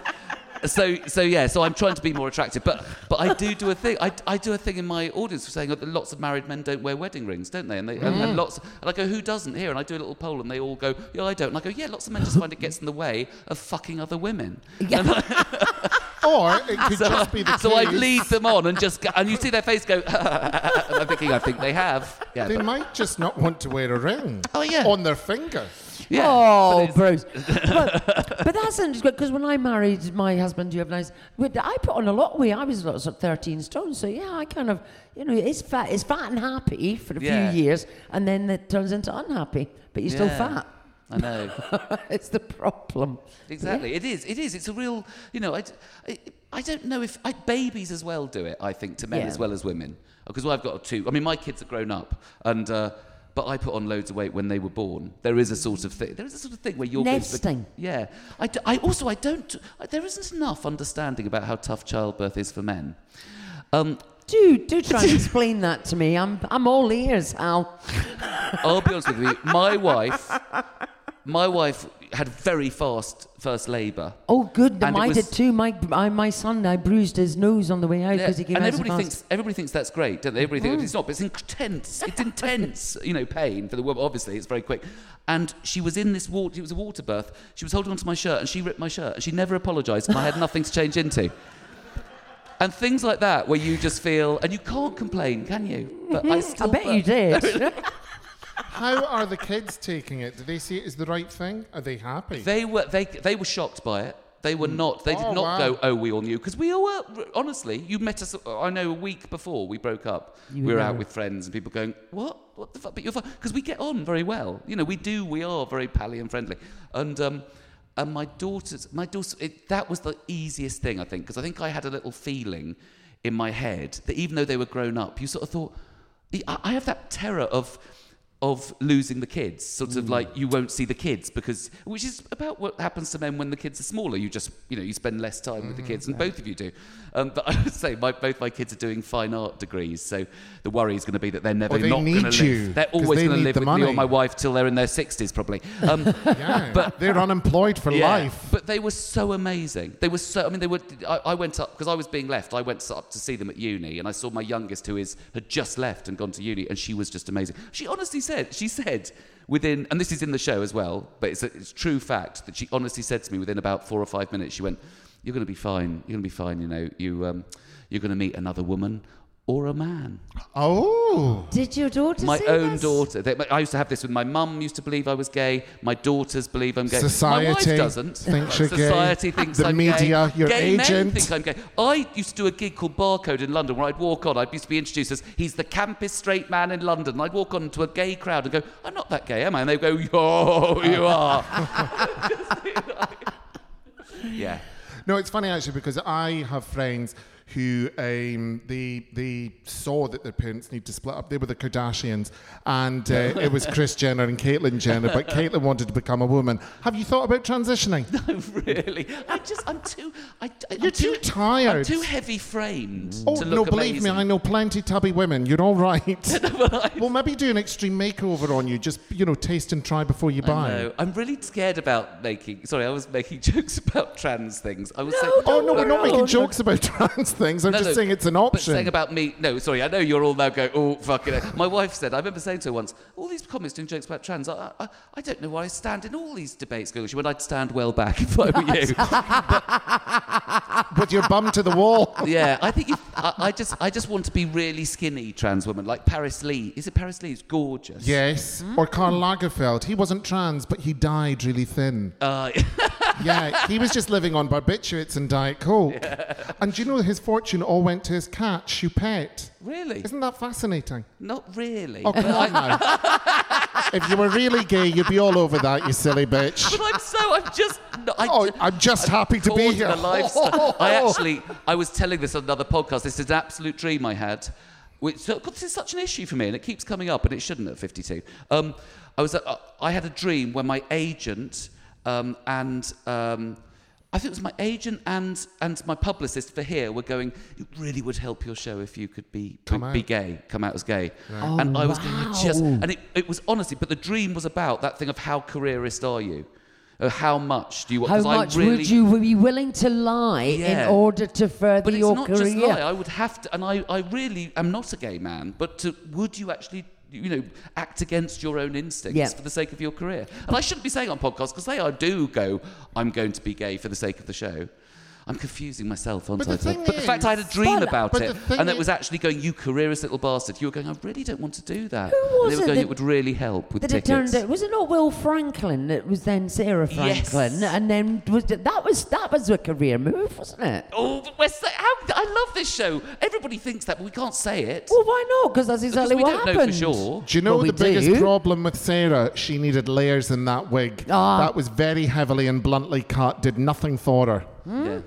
so, so yeah, so I'm trying to be more attractive, but but I do do a thing. I, I do a thing in my audience for saying that lots of married men don't wear wedding rings, don't they? And they and, and lots and I go, who doesn't here? And I do a little poll, and they all go, yeah, I don't. And I go, yeah, lots of men just find it gets in the way of fucking other women. Yeah. Or it could just be the Ah, So I case- lead them on and just go, and you see their face go. and I'm thinking, I think they have. Yeah. They but- might just not want to wear a ring Oh, yeah. on their finger. yeah. Oh, But Bruce. but, but that's interesting because when I married my husband, you have nice. with- I put on a lot of weight. I was lots of 13 stone. So, yeah, I kind of, you know, it's fat, it's fat and happy for a Yeah. few years. And then it turns into unhappy. But you're still Yeah. fat. I know. it's the problem. Exactly. It is. It is. It's a real. You know, I. d- I- I don't know if I, babies as well do it. I think to men Yeah. as well as women because I've got two. I mean, my kids are grown up, and uh, but I put on loads of weight when they were born. There is a sort of thing. There is a sort of thing where you're Nesting. yeah. I, d- I also I don't. I, there isn't enough understanding about how tough childbirth is for men. Um, Do, do try and explain that to me. I'm, I'm all ears, Al. I'll be honest with you. My wife My wife had very fast first labour. Oh, good. And that it I was- did too. My I, my son, I bruised his nose on the way out Yeah, because he came and out so everybody fast. Mm. thinks everybody thinks that's great, don't they? Everybody thinks "Oh, it's not, but it's intense. It's intense, you know, pain for the woman. Obviously, it's very quick. And she was in this water. It was a water birth. She was holding onto my shirt, and she ripped my shirt, and she never apologised, and I had nothing to change into. And things like that, where you just feel, and you can't complain, can you? But I Mm-hmm. I still. bet you did. How are the kids taking it? Do they see it as the right thing? Are they happy? They were they they were shocked by it. They were not. They did Oh, wow. not go. Oh, we all knew because we all were. Honestly, you met us. I know a week before we broke up, we were out with friends and people going, "What? What the fuck?" But you're fine because we get on very well. You know, we do. We are very pally and friendly. And um, and my daughters, my daughter, it, that was the easiest thing I think because I think I had a little feeling in my head that even though they were grown up, you sort of thought, I I have that terror of of losing the kids, sort Mm. of like you won't see the kids because, which is about what happens to men when the kids are smaller. You just, you know, you spend less time with the kids, and Mm-hmm. both of you do. Um, but I would say my, both my kids are doing fine art degrees, so the worry is going to be that they're never Oh, they not going to need live. you, they're 'cause always they going to need live the with me or money. my wife till they're in their sixties, probably. Um, yeah, but- they're unemployed for yeah, life. But they were so amazing. They were so. I mean, they were. I, I went up because I was being left. I went up to see them at uni, and I saw my youngest, who is had just left and gone to uni, and she was just amazing. She honestly said. She said within, and this is in the show as well, but it's a, it's true fact that she honestly said to me within about four or five minutes, she went, "You're going to be fine. You're going to be fine. You know, you um, you're going to meet another woman." Or a man. Oh, did your daughter? my say own this? daughter. They, I used to have this with my mum. Used to believe I was gay. My daughters believe I'm gay. my wife Society doesn't. thinks you're gay. Society thinks The I'm media, gay. your gay Men agent. think I'm gay. I used to do a gig called Barcode in London where I'd walk on. I used to be introduced as he's the campest straight man in London. And I'd walk on to a gay crowd and go, I'm not that gay, am I? And they go, Yo, you are. yeah. no, it's funny actually because I have friends who um, they they saw that their parents need to split up. They were the Kardashians, and uh, it was Chris Jenner and Caitlyn Jenner, but Caitlyn wanted to become a woman. Have you thought about transitioning? really. I just, I'm too. I, I, You're I'm too I'm tired. too heavy framed. Oh to look no, believe amazing. me, I know plenty tubby women. You're all right. well, maybe do an extreme makeover on you. Just you know, taste and try before you buy. No, I'm really scared about making. Sorry, I was making jokes about trans things. I was saying. Oh no, we're not No, making no. jokes about trans things. I'm No, just no, saying it's an But option. saying about me, no, sorry, I know you're all now going, oh, fucking. hell." My wife said, I remember saying to her once, all these comments doing jokes about trans, I, I, I don't know where I stand in all these debates. Going, she went, I'd stand well back if I were you. With your bum to the wall. yeah, I think you, I, I just, I just want to be really skinny trans woman, like Paris Lee. Is it Paris Lee? Who's gorgeous. Yes. Hmm? Or Karl Lagerfeld. He wasn't trans, but he died really thin. Uh, yeah, he was just living on barbiturates and Diet Coke. And do you know his fortune all went to his cat, Choupette? really? Isn't that fascinating? Not really. Oh, come But I- on now. if you were really gay, you'd be all over that, you silly But bitch. I'm so I'm just no, I, Oh, I'm just happy to be bored of here. the lifestyle. I actually I was telling this on another podcast. This is an absolute dream I had. Which so, God, this is such an issue for me, and it keeps coming up, and it shouldn't at 52. Um, I was uh, I had a dream where my agent um, and um, I think it was my agent and and my publicist for here were going. It really would help your show if you could be be, be gay, come out as gay. and I was going, I Oh, just and it, it was honestly, but the dream was about that thing of how careerist are you, Uh, how much do you want? How 'cause I much really- would you be willing to lie Yeah. in order to further But it's your not career? just lie. I would have to, and I, I really am not a gay man. But to, would you actually, you know, act against your own instincts Yeah. for the sake of your career? And I shouldn't be saying on podcasts because they I do go, I'm going to be gay for the sake of the show. I'm confusing myself, aren't But I? the thing but the fact is- I had a dream But- about but it, the thing and it is- was actually going, "You careerist little bastard!" You were going, "I really don't want to do that." Who And was they were it going, that- "It would really help with that tickets." it turned out was it not Will Franklin? It was then Sarah Yes. Franklin, and then was it, that was that was a career move, wasn't it? Oh, but we're so, how, I love this show. Everybody thinks that, but we can't say it. Well, why not? Because that's because exactly we what don't happened. know for sure. Do you know Well, we the biggest do. problem with Sarah? She needed layers in that wig. Ah. That was very heavily and bluntly cut, did nothing for her. Hmm? Yeah.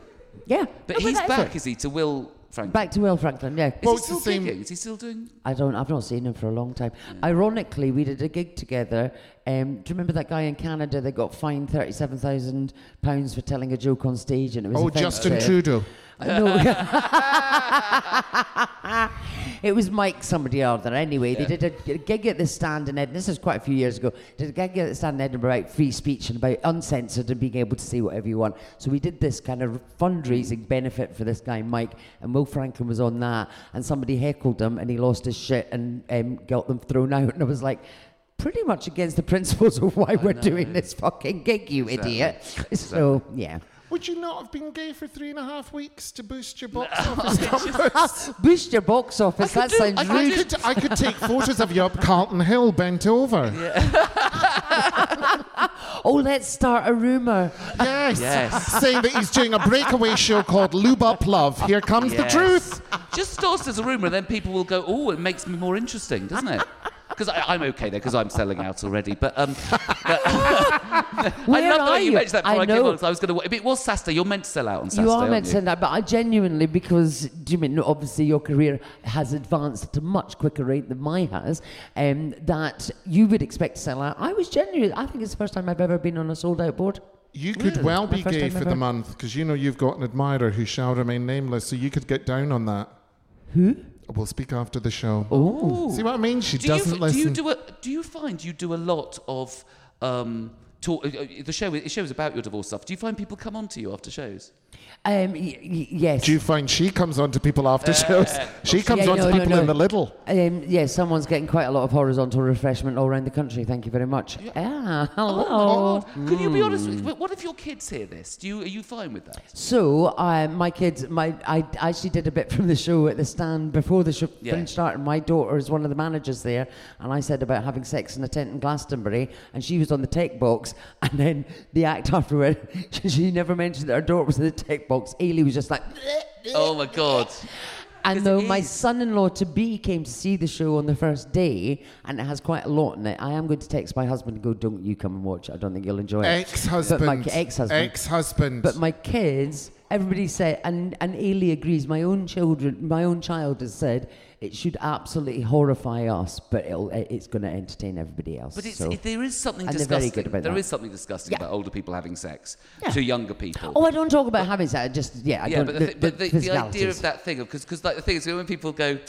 Yeah, But No, he's that's back, it. is he, to Will Frank? Back to Will Franklin. Yeah, Is Well, he it's the still same- gigging? Is he still doing? I don't. I've not seen him for a long time. Hmm. Ironically, we did a gig together. Um, do you remember that guy in Canada that got fined thirty-seven thousand pounds for telling a joke on stage, and it was Oh, Justin offensive? Trudeau. I know. It was Mike somebody or other. Anyway, they did a, a gig at the stand in Edinburgh. This is quite a few years ago. Did a gig at the stand in Edinburgh about free speech and about uncensored and being able to say whatever you want. So we did this kind of fundraising benefit for this guy Mike, and Will Franklin was on that. And somebody heckled him, and he lost his shit and um, got them thrown out. And I was like. Pretty much against the principles of why we're doing this fucking gig, you idiot. So, yeah. Would you not have been gay for three and a half weeks to boost your box office numbers? Boost your box office. I That could do- sounds I could I rude. could, I could take photos of you up Carlton Hill bent over. Oh, let's start a rumor. Yes. Yes. Saying that he's doing a breakaway show called Lube Up Love. Here comes Yes. the truth. Just starts as a rumour, and then people will go, "Oh, it makes me more interesting, doesn't it?" Because I'm okay there, because I'm selling out already. But, um, but- I Where love are that you, you? mentioned that before I, I came on. know. 'cause I was going to. It was Saturday. You're meant to sell out on Saturday. you are aren't meant to say that, but I genuinely, because do you mean obviously your career has advanced at a much quicker rate than mine has, um, that you would expect to sell out. I was genuine. I think it's the first time I've ever been on a sold out board. You could Really? well My be first gay time for the ever. month because you know you've got an admirer who shall remain nameless, so you could get down on that. Who? We'll speak after the show. Ooh. See what I mean? She do doesn't you, listen. Do you do a, Do you find you do a lot of um, talk? uh, uh, The show. The show is about your divorce stuff. Do you find people come on to you after shows? Um, y- y- yes. Do you find she comes on to people after Uh, shows? She comes Yeah, on to no, no, people no. in the little. Um, yes, someone's getting quite a lot of horizontal refreshment all around the country. Thank you very much. Ah, hello. Oh, my God. Could you be honest? Hmm. With, what if your kids hear this? Do you are you fine with that? So I, my kids, my I actually did a bit from the show at the stand before the show Yeah. finished starting. My daughter is one of the managers there, and I said about having sex in a tent in Glastonbury, and she was on the tech box. And then the act afterward, she, she never mentioned that her daughter was in the tech box. Ailey was just like, Oh my God. and 'Cause though it my is. son-in-law to be came to see the show on the first day, and it has quite a lot in it. I am going to text my husband and go, "Don't you come and watch? it. I don't think you'll enjoy it." Ex-husband. But my ki- ex-husband. Ex-husband. But my kids, everybody said, and, and Ailey agrees, my own children, my own child has said, it should absolutely horrify us, but it'll, it- it's going to entertain everybody else. But it's, so. it, there is something and they're very disgusting. good about There that. is something disgusting Yeah. about older people having sex Yeah. to younger people. Oh, I don't talk about having sex. I just, yeah, I yeah, don't. but the, thi- but the, the idea physicalities. of that thing, because because like the thing is when people go.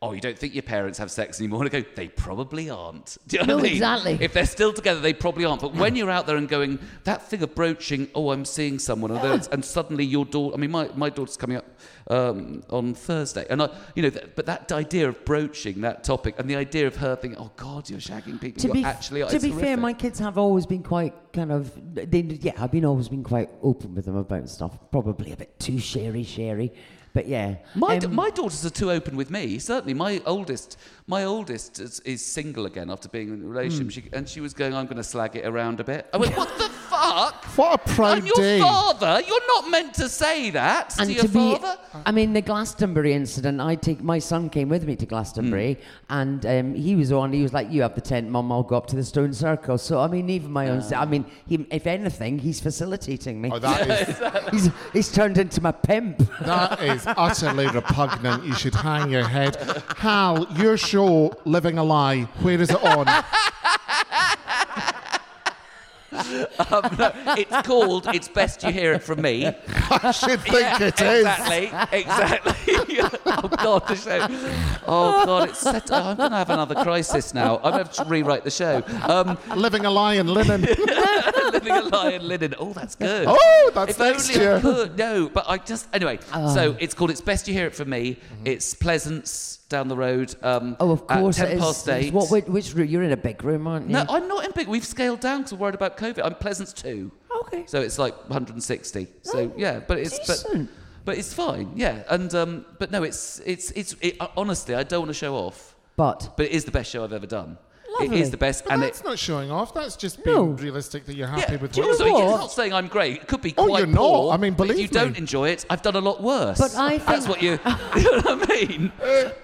Oh, you don't think your parents have sex anymore? And I go, they probably aren't. Do you know No, what I mean? exactly. If they're still together, they probably aren't. But when you're out there and going, that thing of broaching, oh, I'm seeing someone, and, then- and suddenly your daughter, I mean, my, my daughter's coming up um, on Thursday. And, I, you know, th- but that idea of broaching that topic and the idea of her thinking, oh, God, you're shagging people. to you're be, actually, to it's be fair, horrific." my kids have always been quite kind of. They, yeah, I've been always been quite open with them about stuff. Probably a bit too sherry, sherry, but yeah. My, d Um, my daughters are too open with me. Certainly, my oldest, my oldest is, is single again after being in a relationship, she, and she was going, "I'm going to slag it around a bit." I went, "What the fuck? what a proud I'm your day. father. You're not meant to say that to your father." Be, I mean, the Glastonbury incident. I take my son came with me to Glastonbury, and um, he was on. He was like, "You have the tent, Mum. I'll go up to the Stone Circle." So I mean, even my own. I mean, he, if anything, he's facilitating me. Oh, that is, he's, he's turned into my pimp. that is utterly repugnant. You should hang your head. Hal, your show, Living a Lie, where is it on? Um, no, it's called. It's best you hear it from me. I should think it is. Exactly, exactly. oh god, the show. Oh god, it's set. I'm going to have another crisis now. I'm going to have to rewrite the show. Um, Living a Lie in linen. living a lie in linen. Oh, that's good. Oh, that's if next only I year. could. No, but I just anyway. Ah. So it's called. It's best you hear it from me. It's Pleasance down the road. Um, Mm-hmm. Oh, of at course, ten it is. past It's eight. What, which, which room? You're in a big room, aren't you? no, I'm not in big. We've scaled down because we're worried about COVID. I'm Pleasance two. okay. Oh, So it's like 160. So yeah, but it's but, decent. but it's fine. Yeah, and um, but no, it's it's it's it, honestly, I don't want to show off, But but it is the best show I've ever done. It Lovely. is the best, But and that's it. not showing off. That's just being No. realistic that you're happy with do you what know you're what? doing. It's not saying I'm great. It could be Oh, quite you're not. poor, I mean, but if believe you don't me. enjoy it, I've done a lot worse. But I That's think- what you... you know what I mean?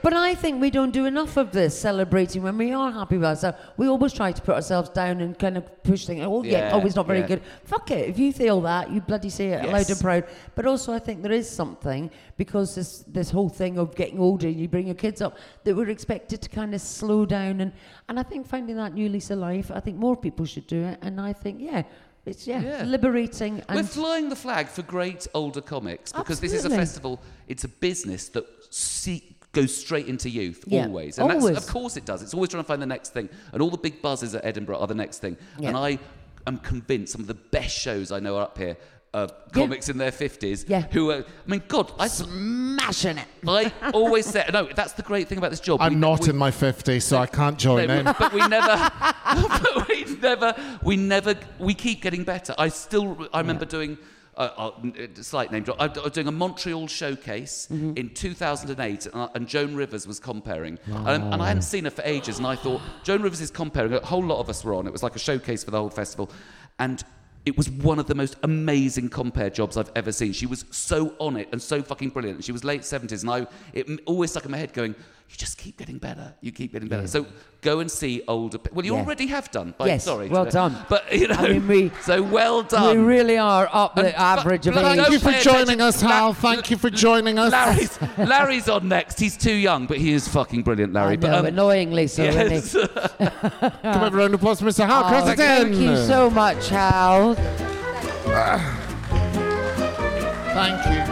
But I think we don't do enough of this celebrating when we are happy with ourselves. We always try to put ourselves down and kind of push things. Oh yeah, Yeah, oh he's not very yeah. good. Fuck it. If you feel that, you bloody say it Yes. loud and proud. But also, I think there is something because this this whole thing of getting older and you bring your kids up that we're expected to kind of slow down and and I think finding that new lease of life. I think more people should do it. And I think yeah, it's yeah, Yeah. liberating and We're flying the flag for great older comics because this is a Absolutely. festival, it's a business that seek, goes straight into youth Yeah, always. And always. That's, of course it does. It's always trying to find the next thing. And all the big buzzes at Edinburgh are the next thing. Yeah. And I am convinced some of the best shows I know are up here are comics in their 50s Yeah. who are, I mean, God, I, Smashing it. I always say, no, that's the great thing about this job. I'm We- not we- in eh? my 50s, so I can't join no, in. we- but we never, but we never, we never, we keep getting better. I still, I remember doing. Uh, uh, n- uh, slight name drop. I, I was doing a Montreal showcase in 2008, and, I- and Joan Rivers was comparing, and, and I hadn't seen her for ages. And I thought Joan Rivers is comparing. A whole lot of us were on. It was like a showcase for the whole festival, and it was one of the most amazing compare jobs I've ever seen. She was so on it and so fucking brilliant. She was late 70s, and I it m- always stuck in my head going, You just keep getting better. You keep getting better. So go and see older people. Well, you Yeah. already have done. By, Yes, sorry. well to- done. But, you know, I mean, we- so well done. we really are up And the average of but- but age. Thank you for pay joining attention. us, La- Hal. Thank you for joining us. Larry's, Larry's on next. He's too young, but he is fucking brilliant, Larry. I know, but, um, annoyingly so. isn't he? yes. Come over round applause for Mr. Hal Oh, Cressenden. thank you so much, Hal. Thank you.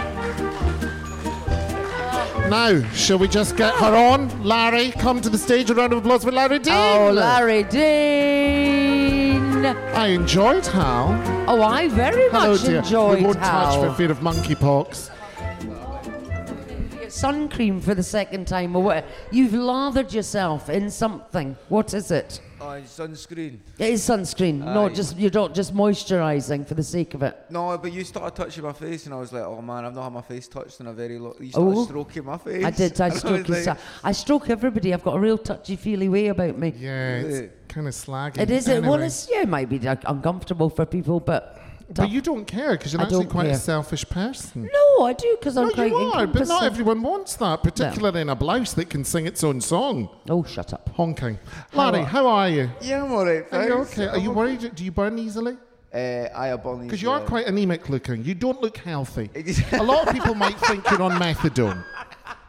Now, shall we just get her on? Larry, come to the stage. A round of applause for Larry Dean. Oh, Larry Dean. I enjoyed Hal. Oh, I very Hello, much dear. enjoyed we won't Hal. touch for fear of monkeypox. Sun cream for the second time or what? You've lathered yourself in something. What is it? Oh, and sunscreen. It is sunscreen. no, Aye. just you're not just moisturising for the sake of it. No, but you started touching my face, and I was like, oh man, I've not had my face touched in a very long. You started Oh. stroking my face. I did. I And stroke was his- like, I stroke everybody. I've got a real touchy feely way about me. Yeah, it's kind of slaggy. It is. Anyway. Well, it's yeah, it might be like, uncomfortable for people, but. but you don't care because you're I actually don't quite a care. selfish person. No, I do because I'm no, quite you are, but not encompassing. everyone wants that, particularly in a blouse that can sing its own song. Oh, shut up. Honking. Larry, how are you? yeah, I'm alright. Are Thanks. you okay? Are I'm you okay. worried? Do you burn easily? Uh, I have bunnies. Because you are yeah. quite anemic looking. You don't look healthy. a lot of people might think you're on methadone.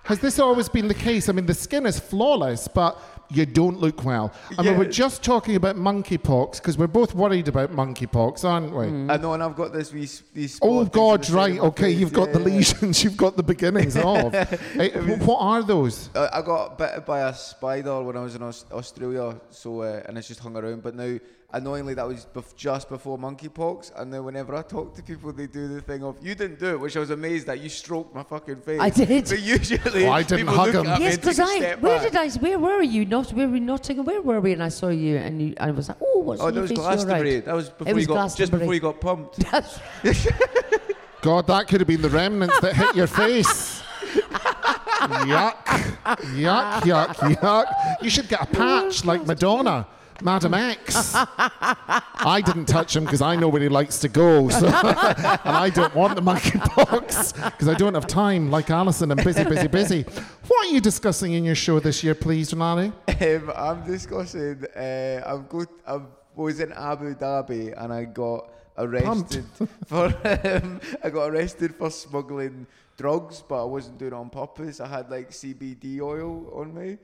Has this always been the case? I mean, the skin is flawless, but you don't look well. I mean, we're Yes. just talking about monkeypox because we're both worrid about monkeypox, aren't we? I know, and I've got this wee. s- these spot Mm. Oh things on God! the side Right. of my Okay. face, You've got the yeah. lesions. You've got the beginnings of. Eh, wh- what are those? I I got bit by a spider when I was in Aus- Australia, so uh, and it's just hung around. But now, annoyingly, that was bef- just before monkeypox. And now, whenever I talk to people, they do the thing of "you didn't do it," which I was amazed at. You stroked my fucking face. I did. But usually, Oh, I didn't people hug look him. at me Yes, and take because a I. step Where back. did I? Where were you? Not where were we? Nottingham. Where were we? And I saw you, and you. I was like, oh, what's Oh, that on your was face? You're right. Glastonbury. That was before it was you got just before you got pumped. That's God, that could have been the remnants that hit your face. yuck! Yuck! Yuck! Yuck! You should get a patch like Madonna, Madam X. I didn't touch him because I know where he likes to go, so and I don't want the monkeypox because I don't have time like Alison. I'm busy, busy, busy. What are you discussing in your show this year, please, Larry? Um, I'm discussing. Uh, I'm good. I was in Abu Dhabi and I got arrested for. Um, I got arrested for smuggling drugs, but I wasn't doing it on purpose. I had like CBD oil on me,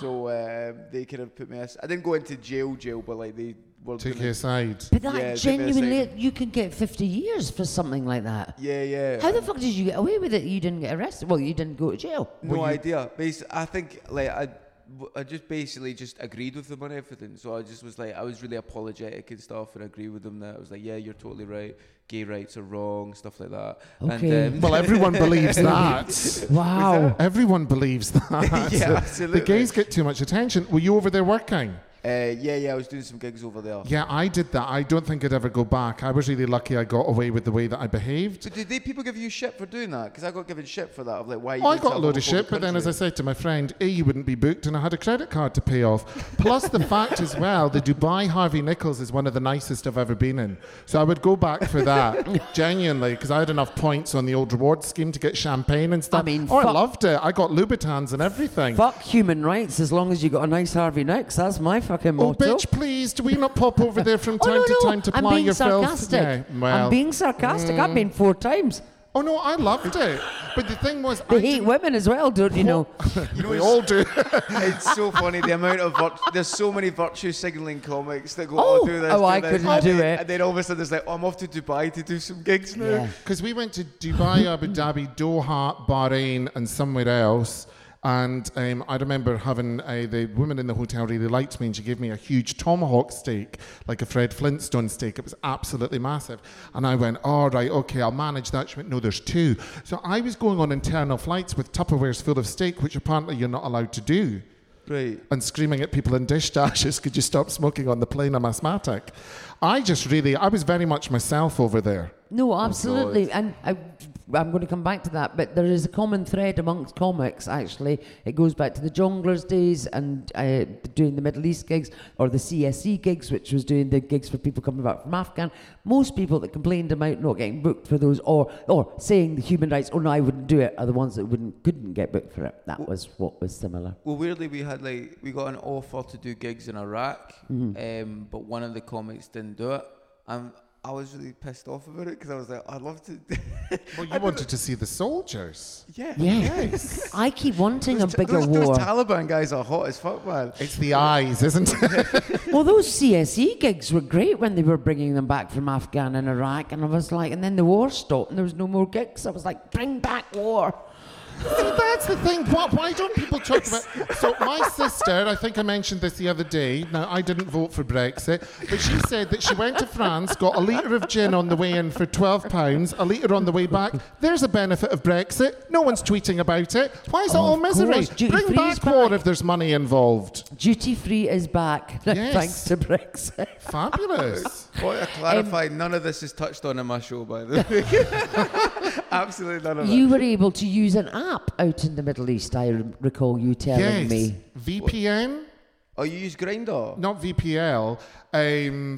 so um, they could have put me. As- I didn't go into jail, jail, but like they were. Take gonna- your side. but Yeah, that give me a genuinely, second. you can get 50 years for something like that. Yeah, yeah. How the fuck did you get away with it? You didn't get arrested. Well, you didn't go to jail. No idea. Basi- I think like I, w- I just basically just agreed with them on everything. So I just was like, I was really apologetic and stuff, and I agree with them that I was like, yeah, you're totally right. Gay rights are wrong, stuff like that. Okay. And, um, Well, everyone believes that. Wow. Oh, Everyone believes that. Yeah, The absolutely. gays get too much attention. Were you over there working? uh, yeah, yeah, I was doing some gigs over there. Yeah, I did that. I don't think I'd ever go back. I was really lucky I got away with the way that I behaved. So did they people give you shit for doing that? Because I got given shit for that. Of like, why? You Oh, I going to got a load of homophobic shit, but then as I country? said to my friend, A, you wouldn't be booked, and I had a credit card to pay off. Plus, the fact as well, the Dubai Harvey Nichols is one of the nicest I've ever been in. So I would go back for that, genuinely, because I had enough points on the old reward scheme to get champagne and stuff. mean, oh, I fuck- loved it. I got Louboutins and everything. Fuck human rights as long as you got a nice Harvey Nicks. That's my fucking Oh, motto. bitch, please, do we not pop over there from Oh, time no, to no. time to I'm ply being your sarcastic. filth? Yeah, well. I'm being sarcastic. I've been four times. oh, no, I loved it. But the thing was, They I hate didn't- women as well, don't you know? You know, we it's- all do. It's so funny the amount of virt- there's so many virtue signaling comics that go, Oh, oh, do this. oh, do I this," couldn't and do then- it. And then all of a sudden it's like, oh, I'm off to Dubai to do some gigs now. Because we went to Dubai, Abu Dhabi, Doha, Bahrain, and somewhere else. And um, I remember having uh, the woman in the hotel really liked me, and she gave me a huge tomahawk steak, like a Fred Flintstone steak. It was absolutely massive. And I went, all right, okay, I'll manage that. She went, no, there's two. So I was going on internal flights with Tupperwares full of steak, which apparently you're not allowed to do Right. and screaming at people in dish dashes, could you stop smoking on the plane? I'm asthmatic. I just really, I was very much myself over there. No, absolutely. and I, I'm going to come back to that, but there is a common thread amongst comics, actually. It goes back to the Jonglers days and uh, doing the Middle East gigs or the CSE gigs, which was doing the gigs for people coming back from Afghan. Most people that complained about not getting booked for those or, or saying the human rights, oh no, I wouldn't do it, are the ones that wouldn't, couldn't get booked for it. That was what was similar. Well, weirdly, we had like we got an offer to do gigs in Iraq, Mm-hmm. um, but one of the comics didn't do it, and I was really pissed off about it because I was like, I'd love to. Well, you wanted to see the soldiers. yeah, Yes. I keep wanting a bigger those, war. those Taliban guys are hot as fuck, man. It's the eyes, isn't it? Well, those CSE E gigs were great when they were bringing them back from Afghan and Iraq, and I was like, and then the war stopped and there was no more gigs. I was like, bring back war. See, that's the thing. Why, why don't people talk about? So my sister, I think I mentioned this the other day. Now I didn't vote for Brexit, but she said that she went to France, got a liter of gin on the way in for twelve pounds, a liter on the way back. There's a benefit of Brexit. No one's tweeting about it. Why is it Oh, all of misery? course, duty Bring free's back, war back. if there's money involved. Duty free is back Yes. thanks to Brexit. Fabulous. Well, I clarify, um, none of this is touched on in my show, by the way. Absolutely none of it. You were able to use an app out in the Middle East. I re- recall you telling yes. me. VPN. Oh, you use Grindr? not VPL,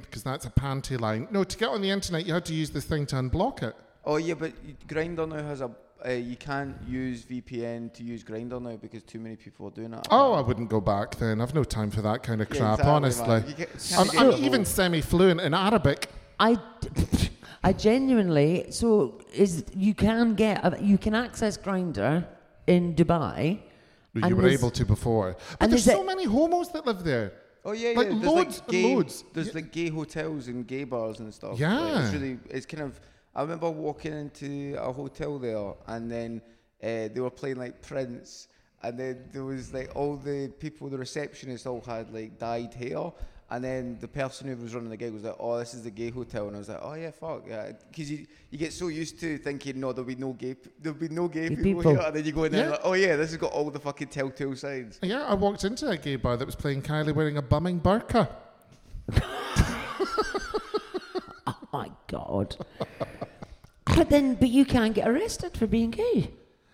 because that's a panty line. No, to get on the internet, you had to use this thing to unblock it. Oh yeah, but you- Grindr now has a. Uh, you can't use VPN to use Grindr now because too many people are doing it. Oh, I wouldn't go back then. I've no time for that kind of Yeah, crap, exactly, man. You honestly. ca- can't I'm, get I'm the whole- even semi fluent in Arabic. I, d- I genuinely so is you can get a, you can access Grinder in Dubai. You and were there's- able to before. But and there's is it- so many homos that live there. Oh yeah, Like yeah. There's loads like and gay, loads. There's Yeah. like gay hotels and gay bars and stuff. Like, Yeah. it's really, it's kind of. I remember walking into a hotel there, and then uh, they were playing like Prince, and then there was like all the people, the receptionists all had like dyed hair. And then the person who was running the gig was like, "Oh, this is the gay hotel," and I was like, "Oh yeah, fuck yeah," because you, you get so used to thinking, "No, there'll be no gay, p- there'll be no gay Gay people, people. here," and then you go in there, Yeah. and like, "Oh yeah, this has got all the fucking telltale signs." Yeah, I walked into a gay bar that was playing Kylie wearing a bumming burqa. Oh My God. but then, but you can get arrested for being gay.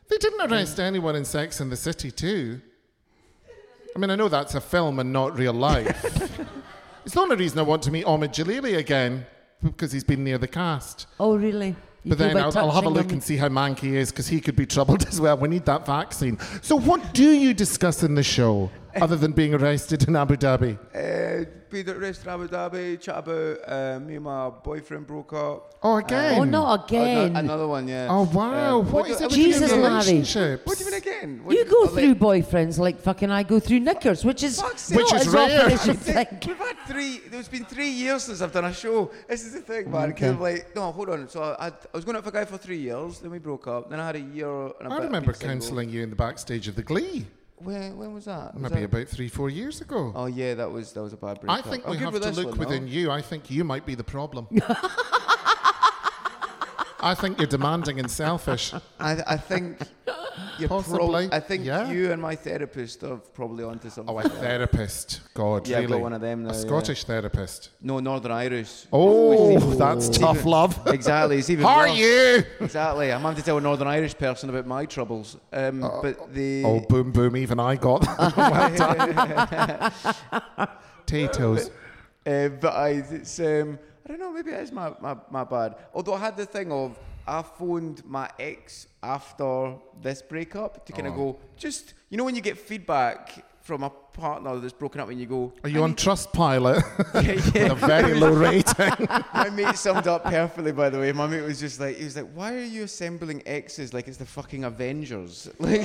They didn't arrest anyone in Sex in the City, too. I mean, I know that's a film and not real life. it's the only reason I want to meet Omid Jalili again, because he's been near the cast. Oh, really? You But feel then by I'll, I'll have a touching look them- and see how manky he is, because he could be troubled as well. We need that vaccine. So, what do you discuss in the show other than being arrested in Abu Dhabi? Uh, be at rest in Abu Dhabi, chat about uh, me and my boyfriend broke up. Oh, again. Oh, not Ano- again. another one, yeah. Oh, wow. Um, what do- is it what with do you Jesus, mean you again? Larry. relationships? What do you mean again? What You do go oh, like, through boyfriends like fucking I go through knickers, which is Fuck's sake. not Which is as often rare. as you Th- think. We've had three. There's been three years since I've done a show. This is the thing, man. 'cause I'm like, no, hold on. So I, I, I was going out with a guy for three years. Then we broke up. Then I had a year. And a I bit remember being single. counselling you in the backstage of The Glee, When, when was that? Was maybe that- about three, four years ago. Oh yeah, that was that was a bad breakup. I think I'm we good have with to this look one, within though. you. I think you might be the problem. I think you're demanding and selfish. I, I think you're prob- Possibly, I think yeah. you and my therapist are probably onto something. Oh, a therapist. God, Yeah, I've really. got one of them now, a yeah. Scottish therapist. No, Northern Irish. Oh, that's tough love. Exactly. It's even How are worse. you? Exactly. I'm having to tell a Northern Irish person about my troubles. Um, but the Oh, boom, boom. Even I got that. Well done. Potatoes. uh, but I, it's um, I don't know. Maybe it is my, my my bad. Although I had the thing of I phoned my ex after this breakup to kind Oh. of go just you know when you get feedback from a partner that's broken up and you go Are you on Trustpilot? yeah, With a very low rating. My mate summed up perfectly, by the way. My mate was just like, he was like, why are you assembling exes like it's the fucking Avengers? Like,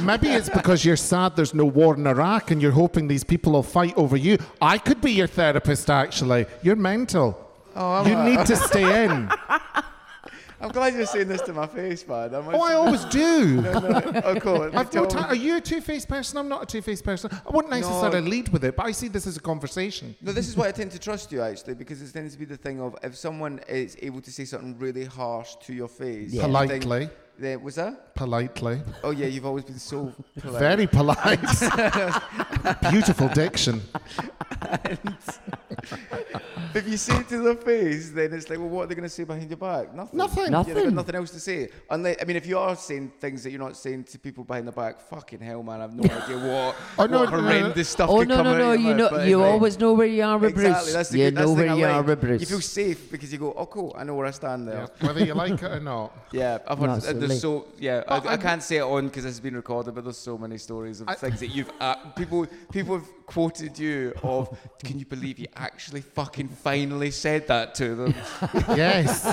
Maybe it's because you're sad there's no war in Iraq and you're hoping these people will fight over you. I could be your therapist, actually. You're mental. you need to stay in. I'm glad you're saying this to my face, man. I'm oh, Oh, I always do. of course. I've no time. Are you a two-faced person? I'm not a two-faced person. I wouldn't necessarily lead with it, but I see this as a conversation. No, this is why I tend to trust you actually, because it tends to be the thing of if someone is able to say something really harsh to your face, you think- Politely. There was that. Politely. Oh yeah, you've always been so polite. Very polite. Beautiful diction. If you say it to their face, then it's like, well, what are they going to say behind your back? Nothing. Yeah, Nothing. they've got Nothing. nothing else to say. Unless, I mean, if you are saying things that you're not saying to people behind the back, fucking hell, man, I've no idea what, Oh, no, what no, no, no. horrendous stuff Oh could no come no out no! of your You mouth, know but you it's like- always know where you are with Bruce. Exactly. That's the, you good, that's know the where thing you I are like. with Bruce. You feel safe because you go, oh cool, I know where I stand there. Whether you like it or not. Yeah, I've No, heard. absolutely. there's so yeah, I, But I I'm- can't say it on because it's been recorded, but there's so many stories of I- things that you've uh, people people have quoted you of. Can you believe you actually fucking finally said that to them? yes.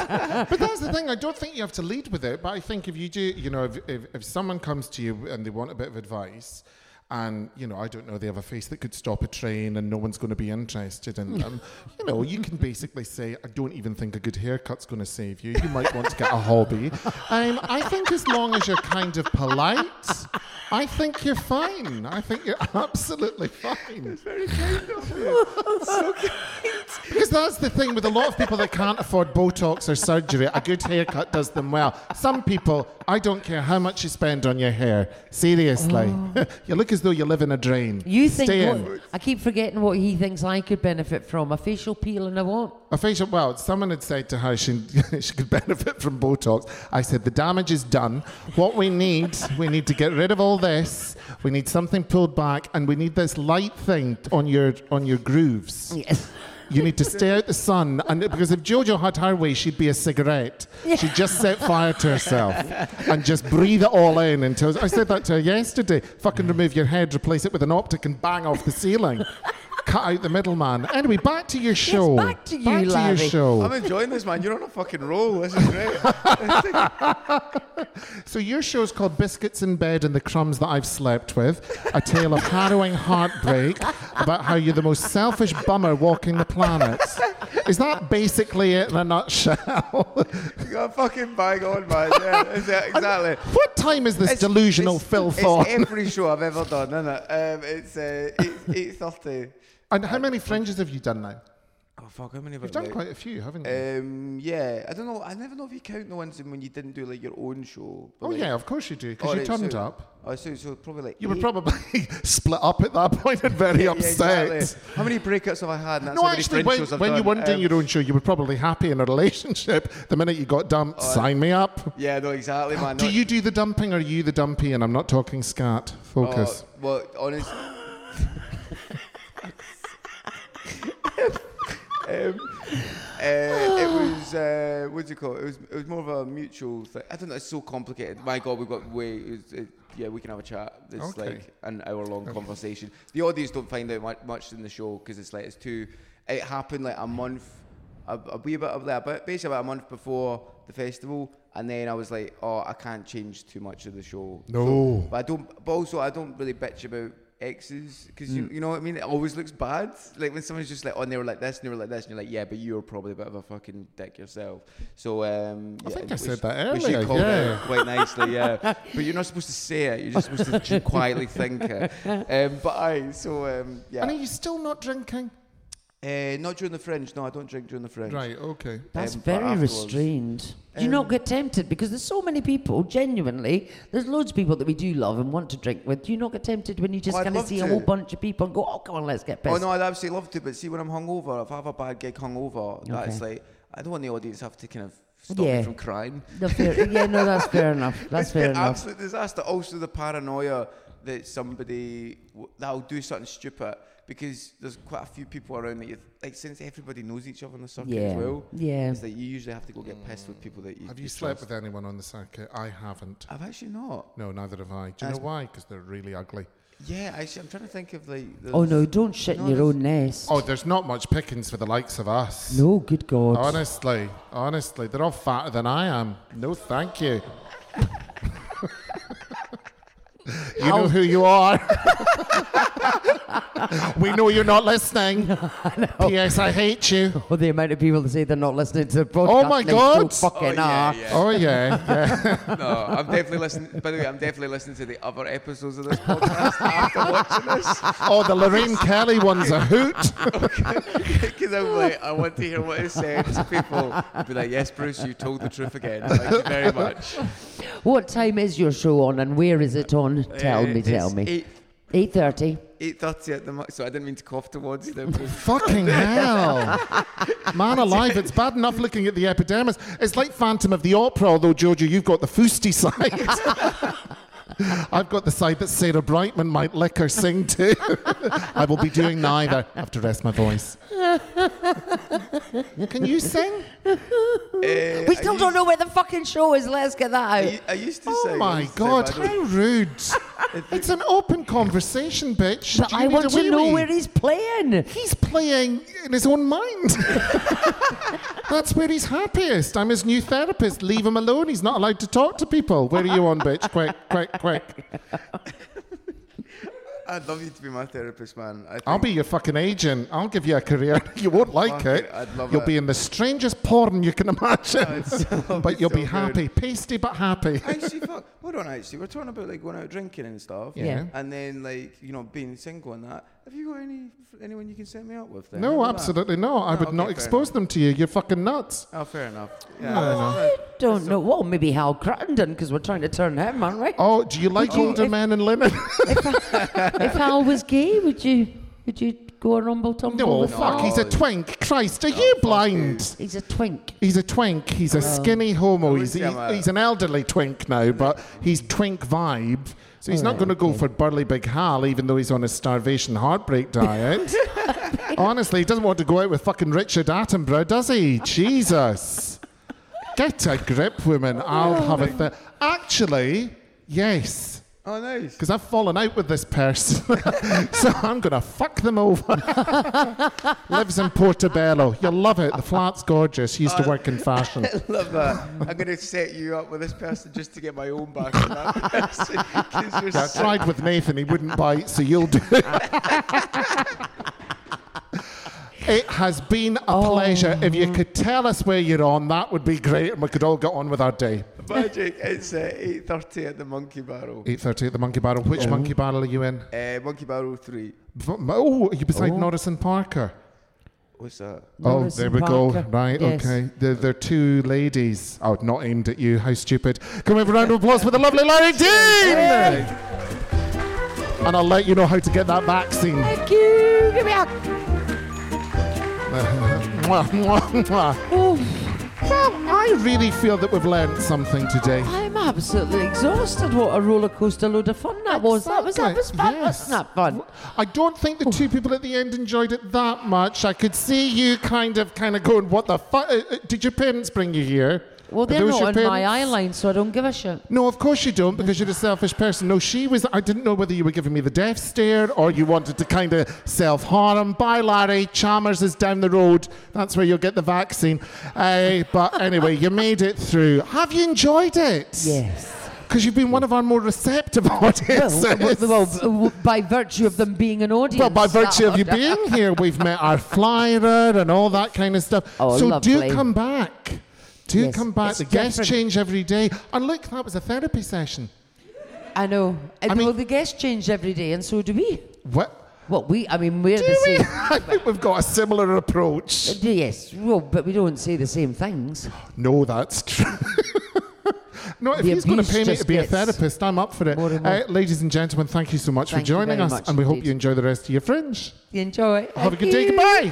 But that's the thing. I don't think you have to lead with it. But I think if you do, you know, if, if, if someone comes to you and they want a bit of advice, and you know, I don't know, they have a face that could stop a train, and no one's going to be interested in them. you know, you can basically say, I don't even think a good haircut's going to save you. You might want to get a hobby. Um, I think as long as you're kind of polite. I think you're fine. I think you're absolutely fine. Because that's the thing with a lot of people that can't afford Botox or surgery, a good haircut does them well. Some people, I don't care how much you spend on your hair. Seriously, you look as though you live in a drain. Oh. You think Stay what- in. I keep forgetting what he thinks I could benefit from a facial peel and a what? A facial, well, someone had said to her she, she could benefit from Botox. I said, the damage is done. What we need, we need to get rid of all this. We need something pulled back, and we need this light thing on your on your grooves. Yes. You need to stay out the sun, and because if Jojo had her way, she'd be a cigarette. She'd just set fire to herself and just breathe it all in. Until I said that to her yesterday. Fucking remove your head, replace it with an optic, and bang off the ceiling. Cut out the middleman. Anyway, back to your show. back to you, back to your Larry. show. I'm enjoying this, man. You're on a fucking roll. This is great. so your show's called Biscuits in Bed and the Crumbs That I've Slept With, a tale of harrowing heartbreak about how you're the most selfish bummer walking the planet. Is that basically it in a nutshell? you got fucking bang on, man. Yeah, it's, uh, exactly. What time is this It's- delusional it's- filth It's on? every show I've ever done, isn't it? Um, it's uh, eight thirty. and how many fringes have you done now? Oh fuck! How many? You've done quite a few, haven't you? Um, yeah, I don't know. I never know if you count the ones when you didn't do like your own show. but, oh like- yeah, of course you do, because you Alright, turned so- up. Oh, so, so probably like You were eight. probably split up at that point and very Yeah, upset. exactly. How many breakups have I had? And that's No, how many actually, friend when, shows I've when you done. weren't doing Um, your own show, you were probably happy in a relationship. The minute you got dumped, Oh, sign me up. Yeah, no, exactly, man. Do no, you do the dumping or are you the dumpy? And I'm not talking scat. oh, Focus. well, honest. um, uh, it was uh, what do you call it? It was, it was more of a mutual thing. I don't know. It's so complicated. My God, we've got way. It's, it, yeah, we can have a chat. It's Okay. like an hour long conversation. The audience don't find out much, much in the show because it's like it's too. It happened like a month, a, a wee bit of that, but basically about a month before the festival, and then I was like, oh, I can't change too much of the show. So- No. but I don't. But also, I don't really bitch about exes because you, Mm. you know what I mean. It always looks bad. Like when someone's just like, oh, and they were like this, and they were like this, and you're like, yeah, but you're probably a bit of a fucking dick yourself. So um, I yeah, think I we said sh- that we should earlier, call it yeah. out quite nicely, yeah. But you're not supposed to say it. You're just supposed to ju- quietly think it. Um, but I so um, yeah. And are you still not drinking? uh, not during the fringe. No, I don't drink during the fringe. Right, okay. That's Um, but very afterwards- restrained. Do you not get tempted? Because there's so many people, genuinely, there's loads of people that we do love and want to drink with. Do you not get tempted when you just Oh, I'd kind of love see a to. whole bunch of people and go, oh, come on, let's get pissed? Oh no, I'd absolutely love to, but see when I'm hungover, if I have a bad gig hungover, that's Okay. like I don't want the audience to have to kind of stop Yeah. me from crying. No, fair- yeah, no, that's fair enough. That's it's fair been enough. absolute disaster. Also, the paranoia that somebody w- that'll do something stupid because there's quite a few people around that you like. Since everybody knows each other on the circuit as Yeah. well, Yeah. it's that you usually have to go get pissed with people that you. Have you slept trust. with anyone on the circuit? I haven't. I've actually not. No, neither have I. Do you know why? Because they're really ugly. Yeah, actually, I'm trying to think of like. the- Oh, no, don't shit No, in your there's- own nest. Oh, there's not much pickings for the likes of us. no, good God. Oh, Honestly, honestly, they're all fatter than I am. No, thank you. you know who you are. We know you're not listening. P.S. I hate you. Or the amount of people that say they're not listening to the podcast. Oh my they God. still fucking ah. are. Oh yeah, yeah. No, I'm definitely listening. By the way, I'm definitely listening to the other episodes of this podcast after watching this Oh, the Lorraine Kelly one's a hoot. because I'm like, I want to hear what is said to people. I'd be like, yes, Bruce, you told the truth again. Thank you very much. What time is your show on and where is it on? Tell Uh, me, tell it's me. Eight, 8.30. eight thirty at the mo- so I didn't mean to cough towards you. There, Bruce. Fucking hell. Man alive, it's bad enough looking at the epidemics. It's like Phantom of the Opera, although, Jojo, you've got the foosty side. I've got the side that Sarah Brightman might lick or sing to. I will be doing neither. I have to rest my voice. Can you sing? Uh, We I still used- don't know where the fucking show is. Let's get that out. I, I used to Oh say. my last time, God, I don't- how rude. It's an open conversation, bitch. But Do you I need a want to know wee-wee? where he's playing. He's playing in his own mind. That's where he's happiest. I'm his new therapist. Leave him alone. He's not allowed to talk to people. Where are you on, bitch? Quick, quick, quick. I'd love you to be my therapist, man. I think I'll be your fucking agent. I'll give you a career. You won't like Fuck it. it, I'd love you'll it. be in the strangest porn you can imagine. but you'll so be happy. Pasty but happy. actually, fuck. Hold on, actually, we're talking about like going out drinking and stuff. Yeah. And then like you know being single and that. Have you got any anyone you can set me up with? Then? No, How about absolutely not. I No, would okay, not fair expose enough. them to you. You're fucking nuts. That? Oh, fair enough. Yeah. I don't know. Well, maybe Hal Crittenden, because we're trying to turn him, aren't we? Oh, do you like Would you- older if- men in linen? if Hal was gay, would you would you go a rumble tumble? no, with Oh, fuck. Hal? He's a twink. Oh, Christ, are you blind? He's a twink. He's a twink. He's a skinny homo. He's, say he's, I'm a- he's an elderly twink now, but he's twink vibe. So he's not going to go for burly big Hal, even though he's on a starvation heartbreak diet. Honestly, he doesn't want to go out with fucking Richard Attenborough, does he? Jesus. Get a grip, woman. I'll have a th- Actually, yes. Oh, nice. Because I've fallen out with this person. so I'm going to fuck them over. Lives in Portobello. You'll love it. The flat's gorgeous. He used to work in fashion. Love that. I'm going to set you up with this person just to get my own back on that person. 'Cause you're I so- tried with Nathan, he wouldn't bite, so you'll do it. It has been a pleasure. If you could tell us where you're on, that would be great, and we could all get on with our day. Magic. It's uh, 8.30 at the Monkey Barrel. 8.30 at the Monkey Barrel. Which Monkey Barrel are you in? Uh, Monkey Barrel 3. V- Oh, are you beside Norris and Parker? What's that? Norris oh, there and we Parker. go. Right, Yes. okay. They're, they're two ladies. Oh, not aimed at you. How stupid. Come over a round of applause for the lovely Larry Dean! And I'll let you know how to get that vaccine. Thank you. Give me a Mwah, mwah, mwah. Well, I really feel that we've learned something today. I'm absolutely exhausted. What a roller coaster load of fun that was. That was that was fun. Yes. Wasn't that fun? I don't think the two people at the end enjoyed it that much. I could see you kind of, kind of going, "What the fuck? Did your parents bring you here?" Well, Are they're those your not on my parents? eyeline, so I don't give a shit. No, of course you don't, because you're a selfish person. No, she was. I didn't know whether you were giving me the death stare or you wanted to kind of self harm. Bye, Larry. Chalmers is down the road. That's where you'll get the vaccine. Uh, but anyway, you made it through. Have you enjoyed it? Yes. Because you've been one of our more receptive audiences. Well, well, well, well, by virtue of them being an audience. Well, by that- virtue of you being here, we've met our flyer and all that kind of stuff. Oh, so lovely. do come back. Do Yes, come back. it's the guests different. change every day. And look, that was a therapy session. I know. I mean- well, the guests change every day, and so do we. What? Well, we. I mean, we're Do the we? same. I think we've got a similar approach. Yes, well, but we don't say the same things. No, that's true. No, if The he's going to abuse pay me to just be a gets therapist, I'm up for it. more and more. Uh, ladies and gentlemen, thank you so much Thank for you joining very us, much and we hope indeed. you enjoy the rest of your fringe. You enjoy. Have a Thank good day. you. Goodbye.